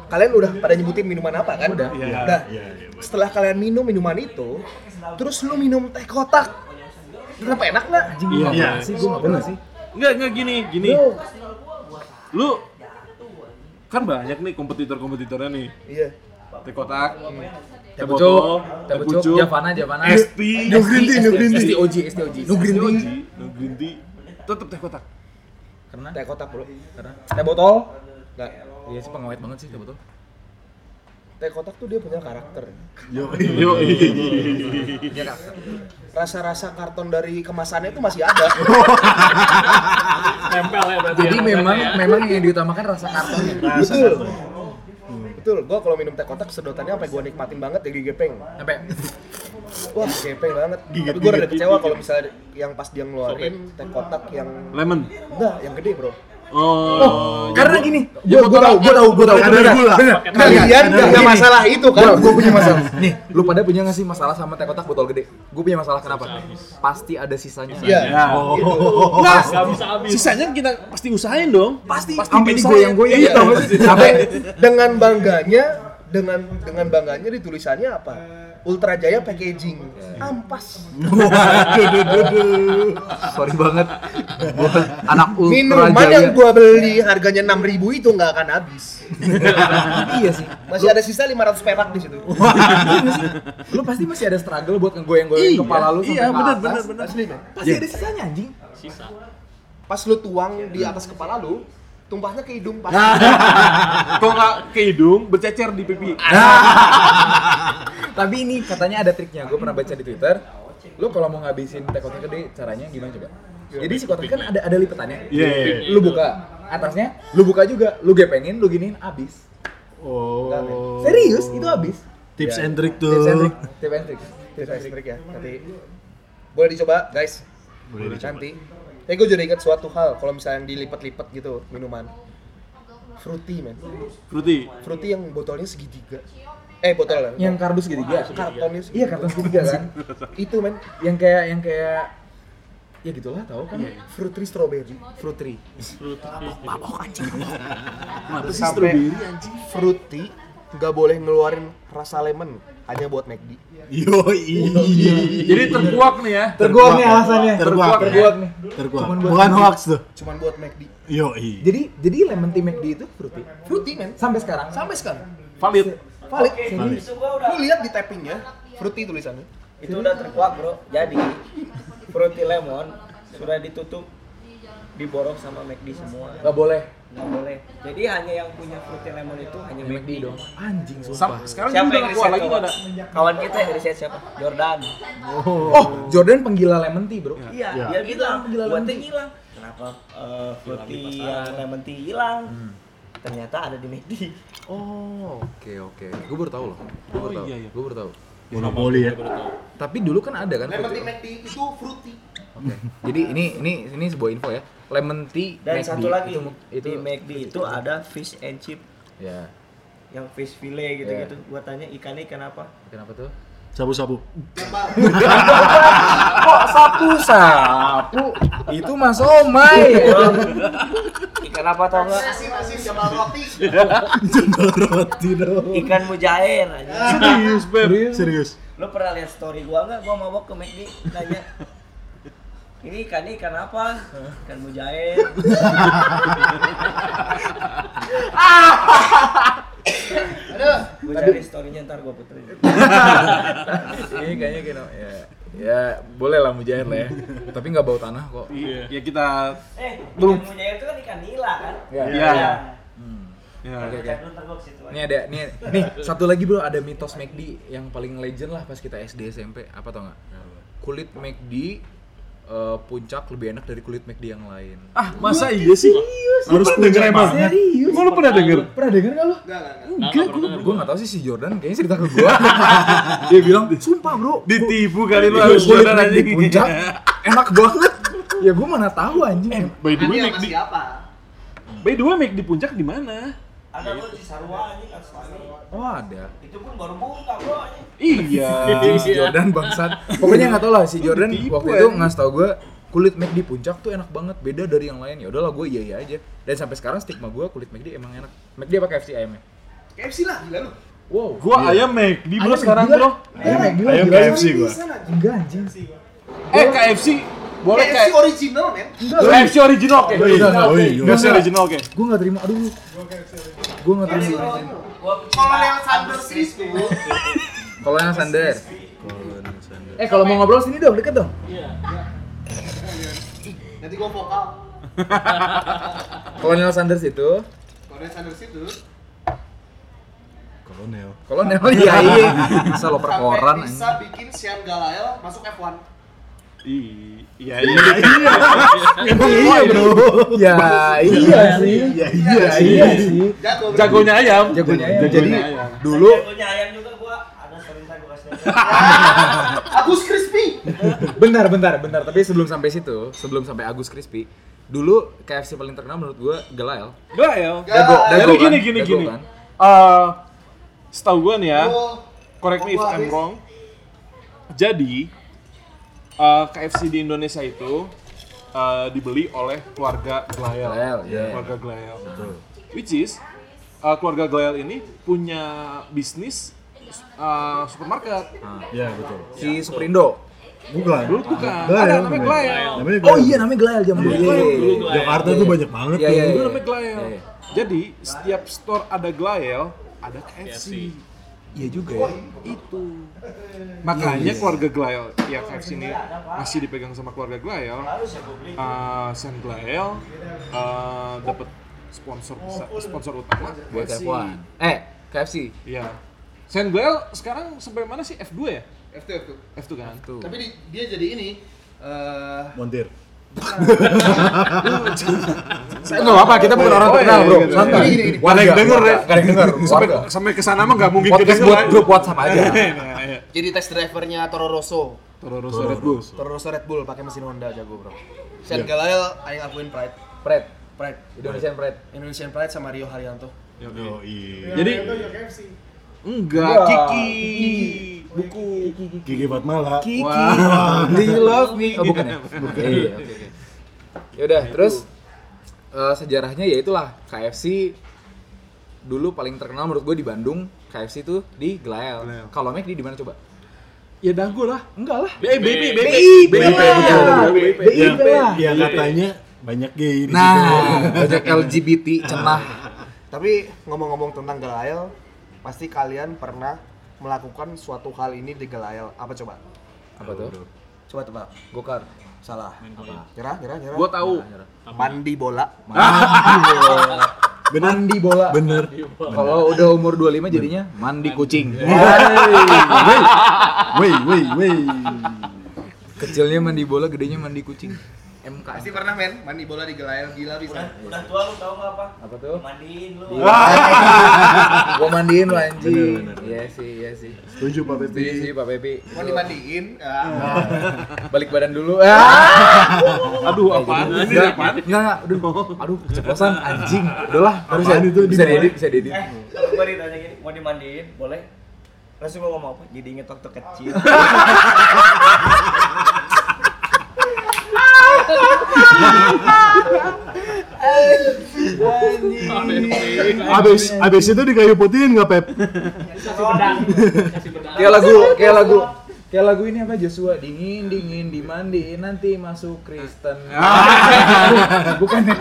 Speaker 6: Kalian udah pada nyebutin minuman apa kan?
Speaker 1: Udah.
Speaker 6: Udah.
Speaker 4: Iya,
Speaker 6: Nah,
Speaker 4: iya, iya, bener.
Speaker 6: setelah kalian minum minuman itu, terus lu minum teh kotak. Kenapa enak nggak?
Speaker 1: Anjing gua nggak
Speaker 4: Iya.
Speaker 1: pernah sih, gue nggak pernah sih.
Speaker 3: Enggak, enggak gini, gini.
Speaker 6: Bro.
Speaker 3: Lu kan banyak nih kompetitor-kompetitornya nih.
Speaker 6: Iya.
Speaker 3: Teh kotak,
Speaker 1: Teh pucuk, teh pucuk,
Speaker 3: pucuk,
Speaker 1: Javana, Javana.
Speaker 3: ST,
Speaker 4: New Green Tea, New Green Tea.
Speaker 1: STOG, STOG. No green
Speaker 3: green
Speaker 1: tea.
Speaker 3: tea, no green tea. Tetep teh kotak.
Speaker 1: Karena
Speaker 6: Teh kotak bro.
Speaker 1: karena
Speaker 6: Teh botol. Nah, Nggak.
Speaker 1: Iya sih pengawet banget sih teh botol.
Speaker 6: Teh kotak tuh dia punya karakter.
Speaker 4: Yo.
Speaker 3: Yo.
Speaker 6: Rasa-rasa karton dari kemasannya tuh masih ada.
Speaker 5: Tempel ya berarti.
Speaker 1: Jadi
Speaker 5: ya,
Speaker 1: memang
Speaker 5: rasanya ya.
Speaker 1: memang yang diutamakan rasa kartonnya.
Speaker 6: Betul. Hmm, ya? Betul, gua kalau minum teh kotak sedotannya sampai gua nikmatin banget jadi gepeng.
Speaker 1: Sampai
Speaker 6: wah gepe banget
Speaker 4: Gigit,
Speaker 6: tapi gue rada
Speaker 4: gigit,
Speaker 6: kecewa
Speaker 4: gigit.
Speaker 6: kalau misalnya yang pas dia ngeluarin teh kotak yang
Speaker 3: Lemon.
Speaker 6: enggak yang gede bro
Speaker 1: Nah,
Speaker 3: Oh,
Speaker 1: Karena gini,
Speaker 6: Ya,
Speaker 1: gua gua tahu, gua tahu, gua tahu.
Speaker 4: Ada gula.
Speaker 1: Bener.
Speaker 6: kalian
Speaker 1: Bener.
Speaker 6: gak punya
Speaker 1: Gini.
Speaker 6: masalah itu kan
Speaker 1: Bro, gue punya masalah. Nih, lu pada punya gak sih masalah sama teh kotak botol gede? Gue punya masalah kenapa? Pasti ada sisanya.
Speaker 6: Iya.
Speaker 1: Oh.
Speaker 3: Nggak,
Speaker 5: Gak bisa habis.
Speaker 3: Nah, sisanya kita pasti usahain dong.
Speaker 1: Pasti. Pasti sampai digoyang-goyang.
Speaker 6: Iya.
Speaker 1: tau gak sih?
Speaker 6: Sampai dengan bangganya dengan dengan bangganya di tulisannya apa? Ultra Jaya packaging.
Speaker 1: Iya.
Speaker 6: Ampas.
Speaker 1: Sorry banget. Gua anak ultra
Speaker 6: Minuman
Speaker 1: jaya.
Speaker 6: yang gua beli harganya 6.000 itu nggak akan habis.
Speaker 1: Iya sih.
Speaker 6: Masih ada sisa 500 perak di situ.
Speaker 1: Iya nggak sih? Lu pasti masih ada struggle buat ngegoyang-goyang
Speaker 3: Iya,
Speaker 1: kepala lu sampai
Speaker 3: iya,
Speaker 1: ke
Speaker 3: bener,
Speaker 1: atas.
Speaker 3: bener, bener.
Speaker 6: Asli deh.
Speaker 1: Pasti ada sisanya anjing.
Speaker 5: Sisa.
Speaker 6: Pas lu tuang di atas kepala lu, tumpahnya ke hidung pasti.
Speaker 3: Kalau nggak ke hidung, bercecer di pipi.
Speaker 1: Tapi ini katanya ada triknya. Gue pernah baca di Twitter. Lu kalau mau ngabisin teh kotak gede, caranya gimana coba? Jadi si kotak kan ada ada lipetannya.
Speaker 4: Iya.
Speaker 1: Lu buka atasnya, lu buka juga, lu gepengin, lu giniin, abis.
Speaker 4: Oh. Iya.
Speaker 1: Serius, itu abis.
Speaker 4: Tips and trick tuh.
Speaker 1: Tips and trick, tips and trick.
Speaker 6: Tips and trick ya. Nanti boleh dicoba, guys.
Speaker 4: Boleh dicoba.
Speaker 6: Nanti. Tapi gue jadi ingat suatu hal kalau misalnya yang dilipat-lipat gitu minuman. Fruity, men.
Speaker 3: Fruity.
Speaker 6: Fruity yang botolnya segitiga. Eh, botol lah.
Speaker 1: Yang kardus segitiga.
Speaker 6: kartonnya segitiga.
Speaker 1: Iya karton segitiga kan.
Speaker 6: Itu, men.
Speaker 1: yang kayak yang kayak ya gitulah tau kan.
Speaker 6: Fruity strawberry.
Speaker 1: Fruit tree.
Speaker 3: Kenapa sih
Speaker 6: Sampai
Speaker 3: strawberry?
Speaker 6: fruity nggak boleh ngeluarin rasa lemon hanya buat McD.
Speaker 4: Yoi. Iya.
Speaker 3: Jadi terkuak nih ya.
Speaker 1: Terguak iya. nih alasannya.
Speaker 4: Terkuak.
Speaker 1: Terguak nih.
Speaker 4: Terkuat.
Speaker 1: Cuman buat-
Speaker 4: Bukan hoax tuh.
Speaker 6: Cuman buat McD.
Speaker 4: Yoi.
Speaker 1: Jadi jadi lemon tea McD itu fruity.
Speaker 6: Fruity, men.
Speaker 1: Sampai sekarang.
Speaker 6: Sampai sekarang.
Speaker 3: Valid.
Speaker 6: Valid.
Speaker 4: Valid.
Speaker 6: Lu lihat di tappingnya, fruity tulisannya.
Speaker 2: Itu udah terkuak bro. Jadi fruity lemon sudah ditutup diborong sama McD semua.
Speaker 1: Gak boleh.
Speaker 2: Nggak boleh. Jadi hanya yang punya fruity lemon itu hanya
Speaker 1: McD dong. Anjing
Speaker 3: Sam-
Speaker 1: sumpah.
Speaker 3: sekarang
Speaker 2: Siapa
Speaker 3: juga udah
Speaker 2: yang
Speaker 3: nggak keluar lagi
Speaker 2: riset
Speaker 3: nggak ada.
Speaker 2: Kawan kita yang riset siapa? Jordan.
Speaker 1: Oh, Jordan penggila lemon tea, Bro.
Speaker 2: Iya,
Speaker 4: Ya.
Speaker 2: dia bilang
Speaker 1: Gila, gila,
Speaker 2: buatnya
Speaker 1: gila.
Speaker 2: hilang. Kenapa eh, fruity yang lemon tea hilang?
Speaker 1: Hmm.
Speaker 2: Ternyata ada di McD.
Speaker 1: Oh, oke oke. Gue baru tahu loh. Gue baru
Speaker 3: Oh,
Speaker 1: tahu.
Speaker 3: iya, iya.
Speaker 1: Gue baru tahu.
Speaker 4: Monopoli ya.
Speaker 1: Tapi dulu kan ada kan.
Speaker 6: Lemon tea
Speaker 1: Oke.
Speaker 6: McD itu fruity.
Speaker 1: Jadi ini ini ini sebuah info ya. Lemon tea
Speaker 2: Dan
Speaker 1: McD.
Speaker 2: satu lagi
Speaker 1: itu, itu
Speaker 2: di McD itu ada fish and chip
Speaker 1: ya.
Speaker 2: yang fish fillet gitu-gitu.
Speaker 1: Iya.
Speaker 2: Gua tanya ikannya ikan apa?
Speaker 1: Kenapa tuh?
Speaker 4: Sabu-sabu.
Speaker 1: Kok sapu sapu? Itu Mas Omai.
Speaker 2: Ikan apa tau nggak?
Speaker 6: Masih jambal roti.
Speaker 4: Jendol roti dong.
Speaker 2: Ikan mujair aja.
Speaker 3: Serius, Beb.
Speaker 4: Serius.
Speaker 2: Lo pernah lihat story gua nggak? Gua mabok ke McD nanya. Ini ikannya ikan apa? Ikan mujair.
Speaker 6: Aduh.
Speaker 2: Gua cari storynya ntar gua puterin.
Speaker 1: Ini kayaknya kayak ya ya boleh lah mujair lah ya. Tapi nggak bau tanah kok.
Speaker 3: Iya. Ya kita
Speaker 2: Eh,
Speaker 3: Belum.
Speaker 2: ikan mujair itu kan ikan nila kan?
Speaker 1: Ya.
Speaker 3: Iya.
Speaker 1: Hmm.
Speaker 3: ya.
Speaker 1: Oke oke.
Speaker 2: Lu ntar gua ke situ
Speaker 1: Ini
Speaker 2: aja.
Speaker 1: ada nih nih satu lagi bro ada mitos McD yang paling legend lah pas kita SD SMP apa tau nggak? Kulit McD eh, puncak lebih enak dari kulit McD yang lain.
Speaker 3: Ah, masa iya sih? Harus denger emang.
Speaker 1: Serius?
Speaker 3: Emang lu pernah denger?
Speaker 1: Pernah denger nggak lo?
Speaker 5: Enggak pernah
Speaker 1: Gue nggak tahu sih si Jordan kayaknya cerita ke gue. Dia bilang sumpah bro.
Speaker 3: Ditipu kali lu harus
Speaker 1: Kulit
Speaker 3: beneran
Speaker 1: McD
Speaker 3: anjing.
Speaker 1: puncak enak banget. Ya gue mana tahu anjing.
Speaker 3: By the way,
Speaker 6: Ini
Speaker 3: Mac
Speaker 6: sama
Speaker 3: di
Speaker 6: siapa?
Speaker 3: By the way, Mac di puncak di mana?
Speaker 2: Ada gua di Sarwa anjing Aswani.
Speaker 1: Oh ada.
Speaker 2: Itu pun baru buka bro anjing.
Speaker 3: Iya.
Speaker 1: Anjing, si Jordan bangsat. Pokoknya nggak tau lah si Jordan
Speaker 3: Ditipu,
Speaker 1: waktu itu
Speaker 3: anjing.
Speaker 1: ngasih tau gue kulit McD di puncak tuh enak banget beda dari yang lain ya udahlah gue iya iya aja dan sampai sekarang stigma gue kulit McD emang enak McD apa KFC ayamnya
Speaker 6: KFC lah, gila lu.
Speaker 1: wow
Speaker 3: Gua ayam Mac di bro sekarang, Bro.
Speaker 1: ayam McD
Speaker 4: Ayam
Speaker 1: gila.
Speaker 4: KFC gua.
Speaker 1: enggak anjing
Speaker 3: Eh, KFC boleh
Speaker 6: KFC
Speaker 3: kayak
Speaker 6: original, men.
Speaker 3: KFC original oke.
Speaker 4: Yoi, yoi, yoi.
Speaker 3: KFC original oke.
Speaker 1: gue nggak terima aduh gue nggak terima
Speaker 6: Kalau yang Sanders itu
Speaker 1: kalau yang sander eh kalau mau ngobrol sini dong deket dong
Speaker 6: nanti gua vokal.
Speaker 1: Kolonel Sanders itu
Speaker 6: Kalau yang Sanders itu
Speaker 4: Kolonel.
Speaker 1: Kolonel iya iya bisa lo perkoran
Speaker 6: sampai bisa bikin Sean Galael masuk F1.
Speaker 3: Ih, Iya, iya.
Speaker 4: Emang iya bro.
Speaker 1: ya iya sih
Speaker 4: Iya iya iya.
Speaker 6: Jago.
Speaker 3: Jagonya ayam.
Speaker 1: jagonya ayam.
Speaker 3: Jagonya
Speaker 1: jadi
Speaker 3: ayam.
Speaker 1: dulu
Speaker 2: Punya ayam juga gua ada story ntar gua kasih.
Speaker 6: Agus Crispy.
Speaker 1: bentar bentar bentar tapi sebelum sampai situ sebelum sampai Agus Crispy dulu KFC paling terkenal menurut gua Gelael
Speaker 3: Gak ya.
Speaker 1: Dago kan?
Speaker 3: Jadi gini gini gini. Eh, setahu gue nih ya, correct me if I'm wrong. Jadi eh, KFC di Indonesia itu eh, dibeli oleh keluarga Glael.
Speaker 1: Glael, iya.
Speaker 3: Keluarga Glael. Which is eh, keluarga Glael ini punya bisnis eh, supermarket.
Speaker 1: Ah,
Speaker 4: Iya betul.
Speaker 1: si Superindo
Speaker 4: Bukan.
Speaker 3: Dulu bukan.
Speaker 4: Glael,
Speaker 3: Ada namanya Glael.
Speaker 4: Namanya
Speaker 1: oh
Speaker 4: Glael.
Speaker 1: iya namanya Gelael zaman dulu
Speaker 3: Glael dulu,
Speaker 1: Iya.
Speaker 4: Jakarta tuh banyak banget
Speaker 1: Iya,
Speaker 4: tuh.
Speaker 1: iya,
Speaker 3: Dulu
Speaker 1: iya.
Speaker 3: namanya Glael.
Speaker 1: Iya, iya.
Speaker 3: Jadi setiap store ada Glael, ada KFC.
Speaker 1: iya juga ya
Speaker 3: itu
Speaker 1: Iya,
Speaker 3: makanya keluarga Glael ya KFC ini masih dipegang sama keluarga Glael Eh, San Glael eh, dapat sponsor besa- sponsor utama
Speaker 1: buat
Speaker 3: KFC.
Speaker 1: F1 eh KFC
Speaker 3: Iya. San Glael sekarang sampai mana sih F2 ya
Speaker 6: FT
Speaker 3: F2 kan
Speaker 1: tuh
Speaker 6: Tapi di- dia jadi ini eh
Speaker 4: Montir.
Speaker 1: saya nggak apa kita bukan orang
Speaker 3: Oh, iya,
Speaker 1: terkenal
Speaker 3: iya,
Speaker 1: bro
Speaker 3: iya, iya.
Speaker 1: santai
Speaker 6: Gini, gini, gini.
Speaker 1: warga
Speaker 3: Nggak ada yang denger,
Speaker 1: warga.
Speaker 3: ya?
Speaker 1: nggak ada yang denger
Speaker 3: sampai
Speaker 1: warga
Speaker 3: sampai ke sana mah nggak mungkin gitu kan? Nah,
Speaker 1: podcast buat grup WhatsApp aja
Speaker 3: iya.
Speaker 6: jadi tes drivernya Toro Rosso.
Speaker 3: Terus Red Bull
Speaker 6: Toro Rosso Red Bull pakai mesin Honda jago, Bro. Sen Galael aing akuin pride.
Speaker 1: Fred
Speaker 6: Pride.
Speaker 1: Indonesian Fred
Speaker 6: Indonesian Pride sama Rio Haryanto.
Speaker 4: Oh iya.
Speaker 3: jadi
Speaker 1: Iya.
Speaker 3: enggak Kiki buku
Speaker 4: Gigi Fatmala. Iya.
Speaker 3: Wah.
Speaker 1: Do you love me? Oh bukan ya? Bukan. Iya, Gitu. oke, oke. Yaudah, terus eh, sejarahnya ya itulah KFC dulu paling terkenal menurut gue di Bandung KFC tuh di
Speaker 3: Glael.
Speaker 1: Glael. Kalau McD di mana coba?
Speaker 3: ya dagu lah
Speaker 1: Enggak lah.
Speaker 3: eh baby baby
Speaker 4: BIP betul.
Speaker 1: BIP
Speaker 4: Yang,
Speaker 1: lah.
Speaker 4: yang Iya, katanya banyak gay di
Speaker 1: iya, Nah,
Speaker 4: situ.
Speaker 1: banyak LGBT cenah.
Speaker 6: Tapi ngomong-ngomong tentang Galael, pasti kalian pernah melakukan suatu hal ini di Galael. Apa coba?
Speaker 1: Apa tuh?
Speaker 6: Coba tebak.
Speaker 1: Gokar.
Speaker 6: Salah. Apa? Nyerah, nyerah, nyerah.
Speaker 3: Gua tahu.
Speaker 6: Mandi bola.
Speaker 4: Bener.
Speaker 1: Mandi bola.
Speaker 4: Bener.
Speaker 1: Kalau udah umur 25 jadinya mandi kucing.
Speaker 4: Wey, wey, wey.
Speaker 1: Kecilnya mandi bola, gedenya mandi kucing. MK.
Speaker 6: Pasti pernah men, mandi bola di Galael gila bisa.
Speaker 2: Udah tua lu tau nggak apa?
Speaker 1: Apa tuh?
Speaker 2: Mandiin lu.
Speaker 1: Gua mandiin lo anjing.
Speaker 4: Bener, bener, bener.
Speaker 1: Iya sih, iya sih.
Speaker 4: Setuju Pak Pepi.
Speaker 1: Setuju sih Pak Pepi.
Speaker 6: Mau dimandiin? Ah.
Speaker 1: Balik badan dulu. Ah.
Speaker 3: aduh
Speaker 1: Iya,
Speaker 3: apaan ini
Speaker 1: Enggak,
Speaker 3: apaan
Speaker 1: enggak, enggak. Aduh, aduh, keceplosan anjing. Udahlah, harus ya.
Speaker 4: Apaan itu di
Speaker 1: Bisa
Speaker 4: bawah?
Speaker 1: diedit, bisa diedit.
Speaker 2: Eh, kalau gue ditanya gini, mau dimandiin, boleh? Langsung gue ngomong apa? Jadi inget waktu kecil.
Speaker 4: Abis, abis itu dikayu putihin nggak Pep?
Speaker 1: Kayak lagu, kayak lagu. Kayak lagu ini apa Joshua dingin dingin dimandiin nanti masuk Kristen. bukan ya?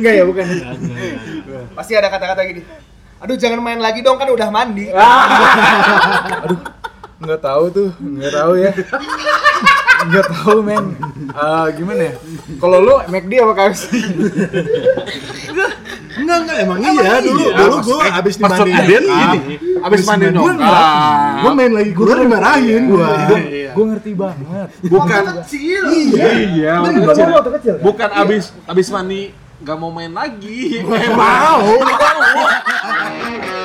Speaker 1: Enggak ya, bukan. ya?
Speaker 6: Pasti ada kata-kata gini. Aduh jangan main lagi dong kan udah mandi.
Speaker 1: Nggak tahu tuh, nggak tahu ya. Nggak tahu men. Eh, gimana ya? Kalau lu McD apa KFC?
Speaker 4: Enggak, enggak, emang iya dulu. Dulu gue abis
Speaker 3: maksud
Speaker 4: dimandiin.
Speaker 3: Aden gini, abis mandi Ah.
Speaker 4: dimandiin gua
Speaker 3: nongkrong.
Speaker 4: nggak. Gua main lagi guru dimarahin gua.
Speaker 1: Gue ngerti banget.
Speaker 3: bukan
Speaker 6: Kecil.
Speaker 3: iya
Speaker 1: Kecil waktu kecil.
Speaker 3: bukan abis abis mandi nggak mau main lagi
Speaker 4: Mau.